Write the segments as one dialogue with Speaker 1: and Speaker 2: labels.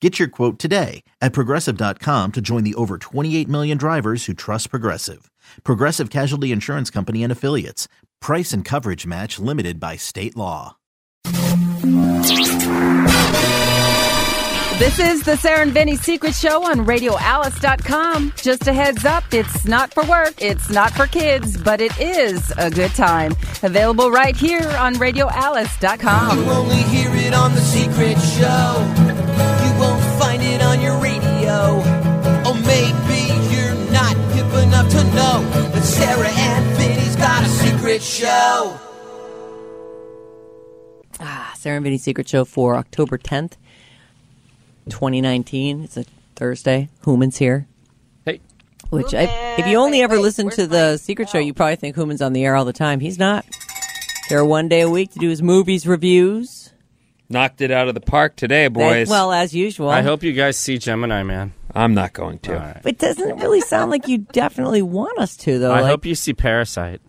Speaker 1: Get your quote today at progressive.com to join the over 28 million drivers who trust Progressive. Progressive Casualty Insurance Company and Affiliates. Price and coverage match limited by state law.
Speaker 2: This is the Sarah and Vinny Secret Show on RadioAlice.com. Just a heads up, it's not for work, it's not for kids, but it is a good time. Available right here on RadioAlice.com.
Speaker 3: You only hear it on the secret show. You won't find it on your radio. Or maybe you're not hip enough to know that Sarah and Vinny's got a secret show.
Speaker 4: Sarah and Vinny's Ah, Secret Show for October 10th, 2019. It's a Thursday. Hooman's here.
Speaker 5: Hey,
Speaker 4: Which, I, if you only ever listen to the Secret Show, you probably think Hooman's on the air all the time. He's not. There one day a week to do his movies reviews.
Speaker 5: knocked it out of the park today,
Speaker 4: That-
Speaker 5: boys.
Speaker 4: well, as usual.
Speaker 6: I hope you guys see Gemini Man.
Speaker 5: I'm not going to.
Speaker 4: It doesn't really sound like you definitely want us to, though.
Speaker 6: I
Speaker 4: Like-
Speaker 6: hope you see Parasite.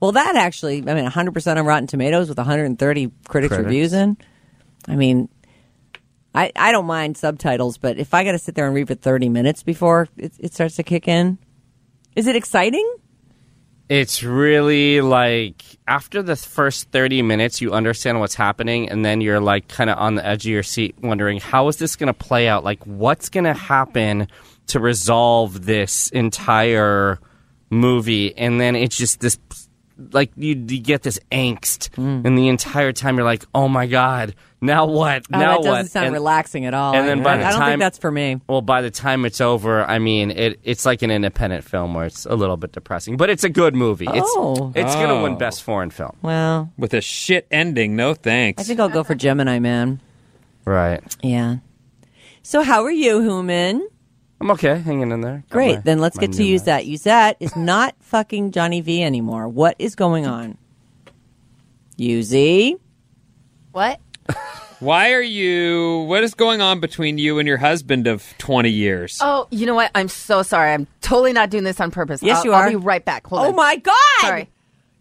Speaker 4: Well, that actually, I mean, 100% on Rotten Tomatoes with 130 critics,
Speaker 6: Critics.
Speaker 4: reviews in. I mean, I, I don't mind subtitles, but if I got to sit there and read for 30 minutes before it, it starts to kick in, is it exciting?
Speaker 6: It's really like after the first 30 minutes, you understand what's happening, and then you're like kind of on the edge of your seat wondering, how is this going to play out? Like, what's going to happen to resolve this entire movie? And then it's just this like, you, you get this angst,
Speaker 4: Mm.
Speaker 6: and the entire time you're like, oh my God, now what?
Speaker 4: Oh,
Speaker 6: now
Speaker 4: that doesn't
Speaker 6: what?
Speaker 4: sound
Speaker 6: And-
Speaker 4: relaxing at all.
Speaker 6: and then
Speaker 4: I,
Speaker 6: by the
Speaker 4: I don't think
Speaker 6: time-
Speaker 4: that's for me.
Speaker 6: Well, by the time it's over, I mean it. It's like an independent film where it's a little bit depressing, but it's a good movie.
Speaker 4: Oh.
Speaker 6: It's it's gonna win
Speaker 5: Oh.
Speaker 6: best foreign film,
Speaker 4: Well,
Speaker 5: With a shit ending, no thanks.
Speaker 4: I think I'll go for Gemini Man.
Speaker 6: right?
Speaker 4: Yeah. So, how are you, Human?
Speaker 6: I'm okay, hanging in there. Got
Speaker 4: Great.
Speaker 6: my-
Speaker 4: then let's
Speaker 6: my
Speaker 4: get to
Speaker 6: new
Speaker 4: Uzette.
Speaker 6: Mac.
Speaker 4: Uzette is not fucking Johnny V anymore. What is going on? Uzi.
Speaker 7: What?
Speaker 5: Why are you? What is going on between you and your husband of 20 years?
Speaker 7: Oh, you know what? I'm so sorry. I'm totally not doing this on purpose.
Speaker 4: Yes,
Speaker 7: I'll,
Speaker 4: you are.
Speaker 7: I'll be right back. Hold
Speaker 4: Oh
Speaker 7: on.
Speaker 4: my God!
Speaker 7: Sorry.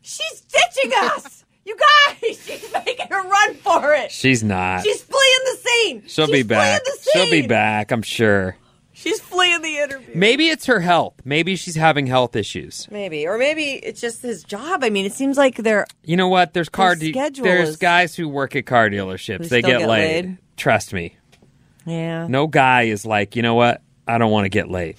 Speaker 4: She's ditching us! you guys, she's making a run for it!
Speaker 5: She's not.
Speaker 4: She's fleeing the scene!
Speaker 5: She'll
Speaker 4: She's
Speaker 5: be back.
Speaker 4: Fleeing the
Speaker 5: She'll be
Speaker 4: scene!
Speaker 5: back, I'm sure.
Speaker 4: She's fleeing the interview.
Speaker 5: Maybe it's her health. Maybe she's having health issues.
Speaker 4: Maybe. Or maybe it's just his job. I mean, it seems like they're.
Speaker 5: You know what? There's car. de-
Speaker 4: schedule
Speaker 5: there's
Speaker 4: is-
Speaker 5: guys who work at car dealerships.
Speaker 4: Who
Speaker 5: They
Speaker 4: still
Speaker 5: get,
Speaker 4: get
Speaker 5: laid.
Speaker 4: laid.
Speaker 5: Trust me.
Speaker 4: Yeah.
Speaker 5: No guy is like, you know what? I don't want to get laid.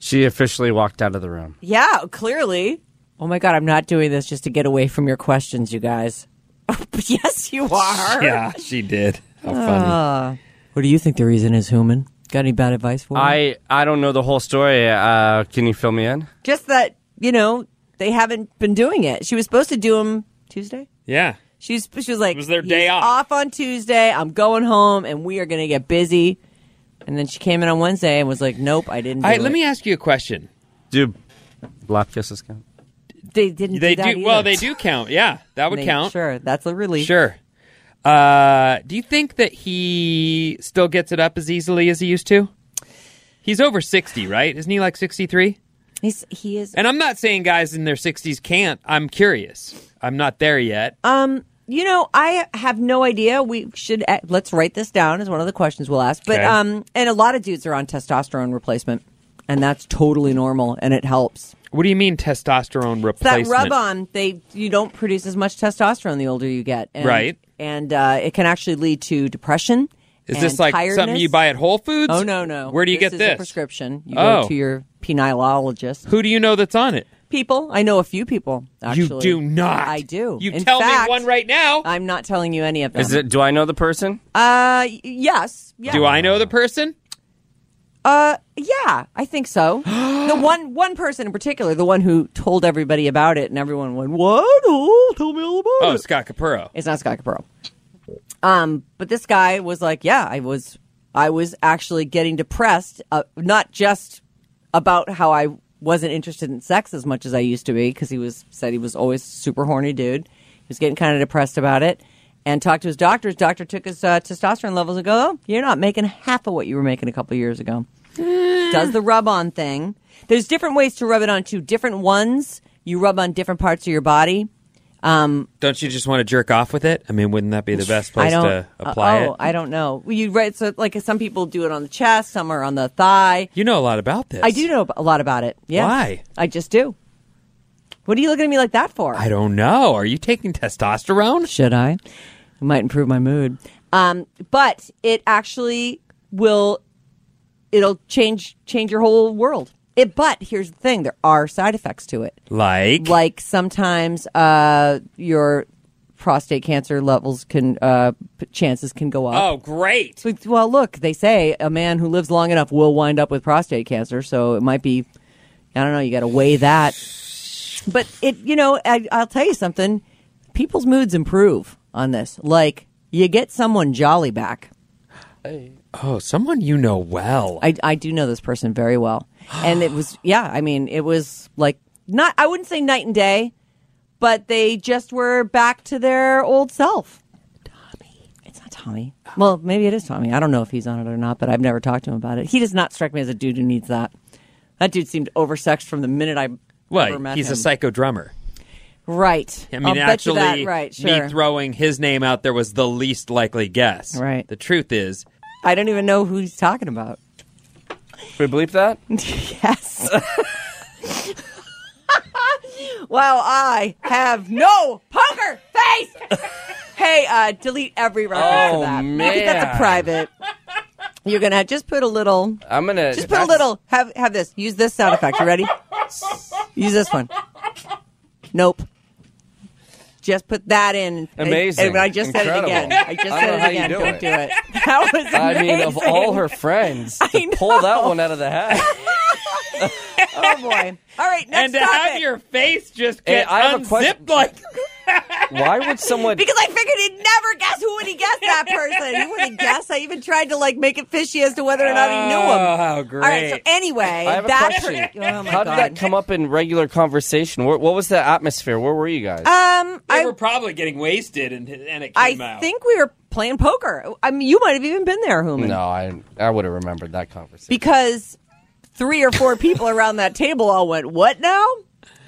Speaker 6: She officially walked out of the room.
Speaker 4: Yeah, clearly. Oh my God, I'm not doing this just to get away from your questions, you guys. yes, you are.
Speaker 5: Yeah, she did. How funny.
Speaker 4: Oh. What do you think the reason is, Human? Got any bad advice for me?
Speaker 6: I I don't know the whole story. Uh, can you fill me in?
Speaker 4: Just that, you know, they haven't been doing it. She was supposed to do them Tuesday.
Speaker 5: yeah.
Speaker 4: She's she was like
Speaker 5: It was their
Speaker 4: "He's
Speaker 5: day off."
Speaker 4: Off on Tuesday. I'm going home, and we are going to get busy. And then she came in on Wednesday and was like, "Nope, I didn't." Do
Speaker 5: All right, let
Speaker 4: it."
Speaker 5: me ask you a question.
Speaker 6: Do lap kisses count?
Speaker 4: They didn't.
Speaker 5: They
Speaker 4: do,
Speaker 5: do.
Speaker 4: that either.
Speaker 5: Well, they do count. Yeah, that would
Speaker 4: They-
Speaker 5: count.
Speaker 4: Sure, that's a relief.
Speaker 5: Sure. Uh, do you think that he still gets it up as easily as he used to? He's over 60, right? Isn't he like 63?
Speaker 4: He's, he is.
Speaker 5: And I'm not saying guys in their 60s can't. I'm curious. I'm not there yet.
Speaker 4: Uh, um, You know, I have no idea. We should uh, let's write this down as one of the questions we'll ask. But
Speaker 5: Okay.
Speaker 4: um, and a lot of dudes are on testosterone replacement, and that's totally normal, and it helps.
Speaker 5: what do you mean testosterone
Speaker 4: that
Speaker 5: replacement?
Speaker 4: rub on they you don't produce as much testosterone the older you get and,
Speaker 5: Right.
Speaker 4: and uh, it can actually lead to depression
Speaker 5: Is
Speaker 4: and
Speaker 5: this like something
Speaker 4: tiredness.
Speaker 5: you buy at Whole Foods?
Speaker 4: oh no no
Speaker 5: Where do you get
Speaker 4: is
Speaker 5: this?
Speaker 4: a prescription you go
Speaker 5: Oh.
Speaker 4: to your peniologist
Speaker 5: Who do you know that's on it?
Speaker 4: people i know a few people actually
Speaker 5: you do not.
Speaker 4: i do
Speaker 5: You
Speaker 4: In
Speaker 5: tell
Speaker 4: fact,
Speaker 5: me one right now.
Speaker 4: i'm not telling you any of them
Speaker 6: Is it? Do I know the person?
Speaker 4: uh y- yes yeah.
Speaker 5: do I know the person?
Speaker 4: uh yeah i think so the one one person in particular the one who told everybody about it and everyone went what oh tell me all about it
Speaker 5: Oh, Scott Capurro.
Speaker 4: It's not Scott Capurro. Um, but this guy was like, yeah, I was, I was actually getting depressed, uh, not just about how I wasn't interested in sex as much as I used to be because he was said he was always a super horny dude. He was getting kind of depressed about it, and talked to his doctor. His doctor took his uh, testosterone levels and go, "Oh, you're not making half of what you were making a couple years ago." Does the rub on thing? There's different ways to rub it on too. Different ones you rub on different parts of your body.
Speaker 5: Don't you just want to jerk off with it? I mean, wouldn't that be the best place to apply
Speaker 4: oh,
Speaker 5: it?
Speaker 4: I don't know. Well, You right? So like some people do it on the chest, some are on the thigh.
Speaker 5: you know a lot about this.
Speaker 4: I do know a lot about it. Yeah.
Speaker 5: Why?
Speaker 4: I just do. What are you looking at me like that for?
Speaker 5: I don't know. Are you taking testosterone?
Speaker 4: Should I? It might improve my mood. Um, but it actually will. It'll change change your whole world. It, but here's the thing: there are side effects to it.
Speaker 5: Like,
Speaker 4: Like sometimes uh, your prostate cancer levels can uh, p- chances can go up.
Speaker 5: oh, great.
Speaker 4: So, well, look, they say a man who lives long enough will wind up with prostate cancer, so it might be, I don't know, you got to weigh that. But it, you know, I, I'll tell you something. People's moods improve on this. Like you get someone jolly back.
Speaker 5: Oh, someone you know well.
Speaker 4: I, I do know this person very well, and it was yeah. I mean, it was like not. I wouldn't say night and day, but they just were back to their old self. It's not Tommy. Well, maybe it is Tommy. I don't know if he's on it or not, but I've never talked to him about it. He does not strike me as a dude who needs that. That dude seemed oversexed from the minute I ever
Speaker 5: well,
Speaker 4: met
Speaker 5: he's
Speaker 4: him.
Speaker 5: a psycho drummer.
Speaker 4: right.
Speaker 5: I
Speaker 4: I'll
Speaker 5: mean,
Speaker 4: bet
Speaker 5: actually,
Speaker 4: you that. right? Sure.
Speaker 5: me throwing his name out there was the least likely guess.
Speaker 4: Right.
Speaker 5: The truth is,
Speaker 4: I don't even know who he's talking about.
Speaker 6: we believe that?
Speaker 4: Yes. well, I have no poker face. hey, uh, delete every reference
Speaker 6: Oh,
Speaker 4: to that. Maybe that's
Speaker 6: man.
Speaker 4: a private. You're gonna just put a little.
Speaker 6: I'm gonna
Speaker 4: Just put a little. Have have this. Use this sound effect. You ready? Use this one. Nope. Just put that in.
Speaker 6: Amazing.
Speaker 4: And I just
Speaker 6: Incredible.
Speaker 4: said it again. I just
Speaker 6: I don't
Speaker 4: said
Speaker 6: know
Speaker 4: it
Speaker 6: how you
Speaker 4: again.
Speaker 6: do
Speaker 4: Don't
Speaker 6: it.
Speaker 4: do it. That was amazing.
Speaker 6: I mean, of all her friends, to
Speaker 4: I
Speaker 6: pull that
Speaker 4: know.
Speaker 6: one out of the hat.
Speaker 4: Oh boy. All right. Next
Speaker 5: and to
Speaker 4: topic.
Speaker 5: have your face just
Speaker 6: Hey,
Speaker 5: get
Speaker 6: I have a question.
Speaker 5: unzipped like
Speaker 6: Why would someone?
Speaker 4: Because I figured he'd never guess who would he guess that person. He wouldn't guess. I even tried to like make it fishy as to whether or not he knew
Speaker 5: Oh,
Speaker 4: him.
Speaker 5: how
Speaker 4: All right. So
Speaker 5: great.
Speaker 4: anyway,
Speaker 6: I have a
Speaker 4: that
Speaker 6: question.
Speaker 4: oh my
Speaker 6: How did
Speaker 4: God.
Speaker 6: that come up in regular conversation? What, what was the atmosphere? Where were you guys?
Speaker 4: Um,
Speaker 5: They
Speaker 4: I
Speaker 5: were probably getting wasted, and, and it came
Speaker 4: I
Speaker 5: out.
Speaker 4: think we were playing poker. I mean, you might have even been there, Human.
Speaker 6: no, I I would have remembered that conversation.
Speaker 4: Because three or four people around that table all went, "What now?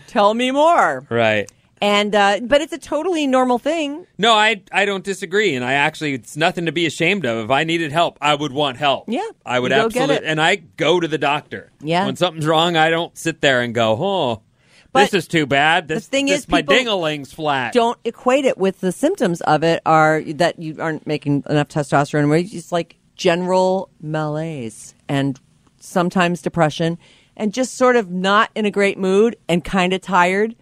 Speaker 4: Tell me more."
Speaker 5: right.
Speaker 4: And uh, but it's a totally normal thing.
Speaker 5: No, I I don't disagree, and I actually it's nothing to be ashamed of. If I needed help, I would want help.
Speaker 4: Yeah,
Speaker 5: I would
Speaker 4: you go get
Speaker 5: absolutely,
Speaker 4: it.
Speaker 5: and I go to the doctor.
Speaker 4: Yeah.
Speaker 5: when something's wrong, I don't sit there and go, "Oh,
Speaker 4: But
Speaker 5: this is too bad." This
Speaker 4: thing
Speaker 5: this,
Speaker 4: is,
Speaker 5: my
Speaker 4: people
Speaker 5: dingaling's flat.
Speaker 4: don't equate it with the symptoms of it are that you aren't making enough testosterone where it's just like general malaise and sometimes depression and just sort of not in a great mood and kind of tired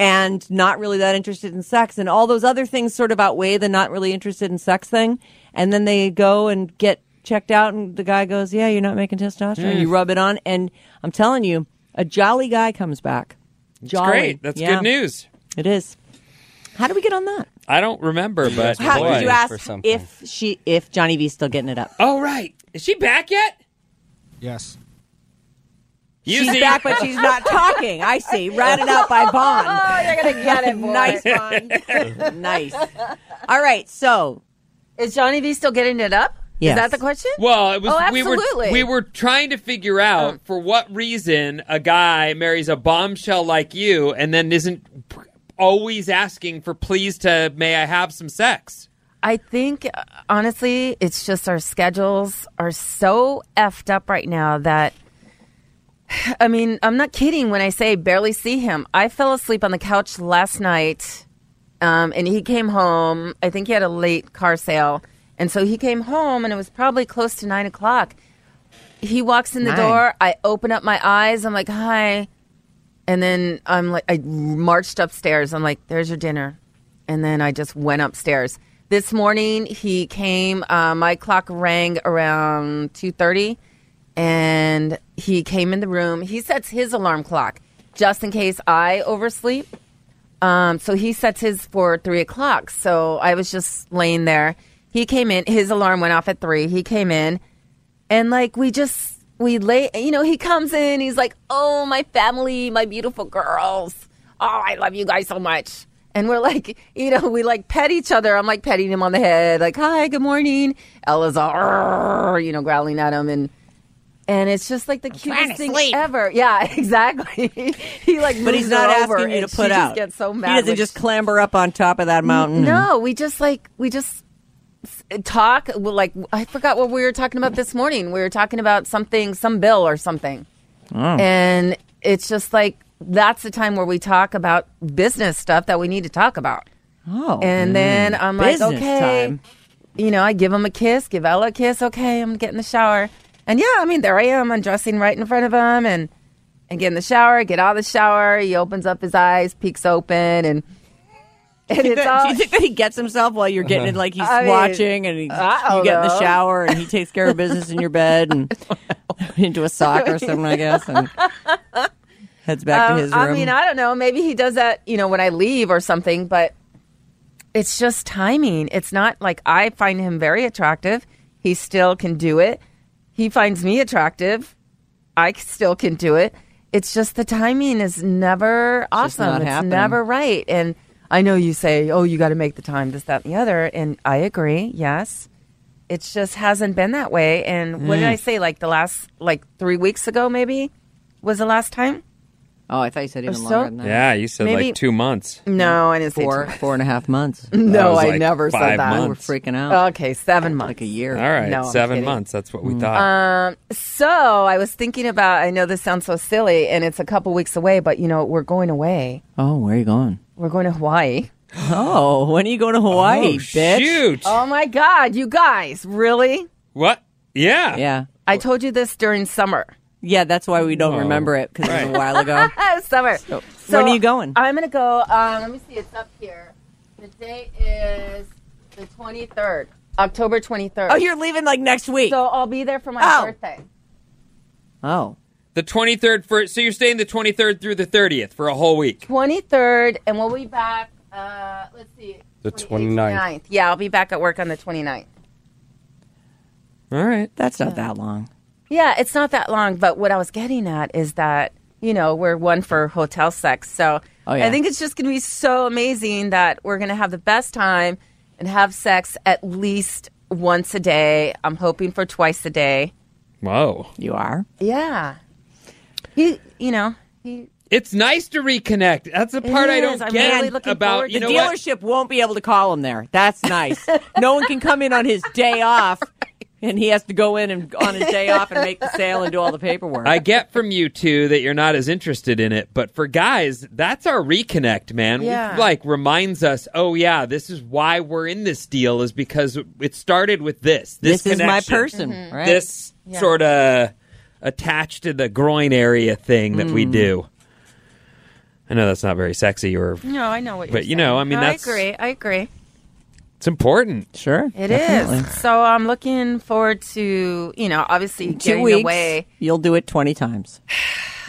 Speaker 4: and not really that interested in sex and all those other things sort of outweigh the not really interested in sex thing and then they go and get checked out and the guy goes yeah you're not making testosterone
Speaker 5: Hmm.
Speaker 4: you rub it on and i'm telling you a jolly guy comes back jolly
Speaker 5: Great, that's
Speaker 4: Yeah.
Speaker 5: good news.
Speaker 4: It is. How do we get on that?
Speaker 5: I don't remember, but
Speaker 4: How
Speaker 5: boy.
Speaker 4: did you
Speaker 6: for
Speaker 4: ask
Speaker 6: something.
Speaker 4: if she if Johnny V's still getting it up?
Speaker 5: Oh right, is she back yet?
Speaker 8: Yes.
Speaker 5: You
Speaker 4: She's
Speaker 5: see,
Speaker 4: back, but she's not talking. I see. Ratted out by Bond.
Speaker 7: Oh, you're gonna get it, boy.
Speaker 4: Nice, Bond. nice. All right. So
Speaker 7: Is Johnny V still getting it up?
Speaker 4: Yes.
Speaker 7: Is that the question?
Speaker 5: Well, it was
Speaker 7: Oh,
Speaker 5: we were
Speaker 7: absolutely. Oh.
Speaker 5: we were trying to figure out for what reason a guy marries a bombshell like you and then isn't p- always asking for please to may I have some sex.
Speaker 7: I think uh, honestly, it's just our schedules are so effed up right now that I mean, I'm not kidding when I say barely see him. I fell asleep on the couch last night, um, and he came home. I think he had a late car sale, and so he came home, and it was probably close to nine o'clock. He walks in the
Speaker 4: Nine.
Speaker 7: door. I open up my eyes. I'm like, hi. And then I'm like, I marched upstairs. I'm like, there's your dinner. And then I just went upstairs. This morning he came. Uh, my clock rang around two thirty, and he came in the room. He sets his alarm clock just in case I oversleep. Um, so he sets his for three o'clock. So I was just laying there. He came in. His alarm went off at three. He came in, and like we just we lay, you know, he comes in, he's like, oh, my family, my beautiful girls. Oh, I love you guys so much. And we're like, you know, we like pet each other. I'm like petting him on the head, like, hi, good morning. Ella's all, "Arr," you know, growling at him. And, and it's just like the cutest thing ever. Yeah, exactly. he like,
Speaker 4: But
Speaker 7: moves
Speaker 4: he's not
Speaker 7: her over
Speaker 4: asking you to
Speaker 7: and
Speaker 4: put
Speaker 7: she
Speaker 4: out.
Speaker 7: Just gets so mad.
Speaker 4: He doesn't
Speaker 7: when
Speaker 4: just
Speaker 7: she-
Speaker 4: clamber up on top of that mountain.
Speaker 7: no, we just like we just s- talk. Well, Like I forgot what we were talking about this morning. We were talking about something, some bill or something,
Speaker 4: Oh.
Speaker 7: and it's just like that's the time where we talk about business stuff that we need to talk about.
Speaker 4: Oh,
Speaker 7: And then I'm like,
Speaker 4: business
Speaker 7: okay,
Speaker 4: time.
Speaker 7: you know, I give him a kiss, give Ella a kiss. Okay, I'm getting the shower, and yeah, I mean, there I am, undressing right in front of him, and and get in the shower, get out of the shower. He opens up his eyes, peeks open, and and it's all.
Speaker 4: Do you think that he gets himself while you're getting it? Like he's
Speaker 7: I mean,
Speaker 4: watching, and he,
Speaker 7: I don't
Speaker 4: you get in the
Speaker 7: know.
Speaker 4: shower, and he takes care of business in your bed, and into a sock or something, I guess, and heads back
Speaker 7: Um,
Speaker 4: to his room.
Speaker 7: I mean, I don't know. Maybe he does that, you know, when I leave or something, but it's just timing. It's not like I find him very attractive. He still can do it. He finds me attractive. I c- still can do it. It's just the timing is never
Speaker 4: just not
Speaker 7: awesome. It's
Speaker 4: happening.
Speaker 7: never right. And I know you say, oh, you got to make the time, this, that, and the other. And I agree. Yes. It just hasn't been that way. And what
Speaker 4: Mm.
Speaker 7: did I say? Like the last, like three weeks ago, maybe was the last time?
Speaker 4: oh, I thought you said even
Speaker 7: so-
Speaker 4: longer than that.
Speaker 5: Yeah, you said
Speaker 7: Maybe-
Speaker 5: like two months.
Speaker 7: No, I didn't say
Speaker 4: Four,
Speaker 7: two.
Speaker 4: four and a half months.
Speaker 5: That
Speaker 7: No, Uh,
Speaker 5: was
Speaker 7: I
Speaker 5: like
Speaker 7: never said
Speaker 5: five
Speaker 7: that.
Speaker 4: We
Speaker 5: months.
Speaker 4: were freaking out.
Speaker 7: Okay, seven months.
Speaker 4: like a year.
Speaker 5: All right,
Speaker 7: No, I'm
Speaker 5: seven
Speaker 7: kidding. Mm. Um,
Speaker 5: months. That's what we thought.
Speaker 7: So I was thinking about. I know this sounds so silly, and it's a couple weeks away, but you know we're going away.
Speaker 4: Oh, where are you going?
Speaker 7: We're going to Hawaii.
Speaker 4: Oh, when are you going to Hawaii,
Speaker 5: oh,
Speaker 4: bitch?
Speaker 5: shoot!
Speaker 7: Oh my God, you guys, really?
Speaker 5: What? Yeah.
Speaker 4: Yeah,
Speaker 7: I told you this during summer.
Speaker 4: yeah. That's why we don't
Speaker 5: Whoa.
Speaker 4: remember it because it was
Speaker 5: Right.
Speaker 4: a while ago.
Speaker 7: Ah, summer. So,
Speaker 4: when are you going?
Speaker 7: I'm gonna go. Um, let me see. It's up here. The day is the 23rd, October 23rd.
Speaker 4: oh, you're leaving like next week.
Speaker 7: so I'll be there for my
Speaker 4: Oh.
Speaker 7: birthday.
Speaker 4: oh,
Speaker 5: The twenty third for so you're staying the twenty third through the thirtieth for a whole week.
Speaker 7: 23rd, and we'll be back. Uh, let's see.
Speaker 6: The
Speaker 7: 28th,
Speaker 6: 29th.
Speaker 7: 29th. Yeah, I'll be back at work on the 29th.
Speaker 5: All right.
Speaker 4: that's not that long.
Speaker 7: Yeah, it's not that long, but what I was getting at is that, you know, we're one for hotel sex. So
Speaker 4: Oh, yeah.
Speaker 7: I think it's just going to be so amazing that we're going to have the best time and have sex at least once a day. I'm hoping for twice a day.
Speaker 5: Whoa.
Speaker 4: You are.
Speaker 7: Yeah. He, you know, he,
Speaker 5: It's nice to reconnect. That's the part I don't
Speaker 7: is. I'm
Speaker 5: get
Speaker 7: really looking
Speaker 5: about
Speaker 7: forward to
Speaker 5: you know
Speaker 7: it.
Speaker 5: what?
Speaker 4: Dealership won't be able to call him there. That's nice. no one can come in on his day off, and he has to go in and on his day off and make the sale and do all the paperwork.
Speaker 5: I get from you two that you're not as interested in it, but for guys, that's our reconnect, man.
Speaker 7: Yeah.
Speaker 5: It, like reminds us, oh yeah, this is why we're in this deal is because it started with this. This,
Speaker 4: this is my
Speaker 5: connection.
Speaker 4: person, Mm-hmm.
Speaker 7: Mm-hmm.
Speaker 4: right?
Speaker 5: This sort of attached to the groin area thing that
Speaker 4: Mm.
Speaker 5: we do. I know that's not very sexy or
Speaker 7: no, I know what you're
Speaker 5: But, you know,
Speaker 7: saying.
Speaker 5: I mean, that's-
Speaker 7: I agree. I agree.
Speaker 5: it's important.
Speaker 4: sure.
Speaker 7: It is. So I'm looking forward to, you know, obviously
Speaker 4: Two
Speaker 7: getting
Speaker 4: weeks.
Speaker 7: away.
Speaker 4: You'll do it twenty times.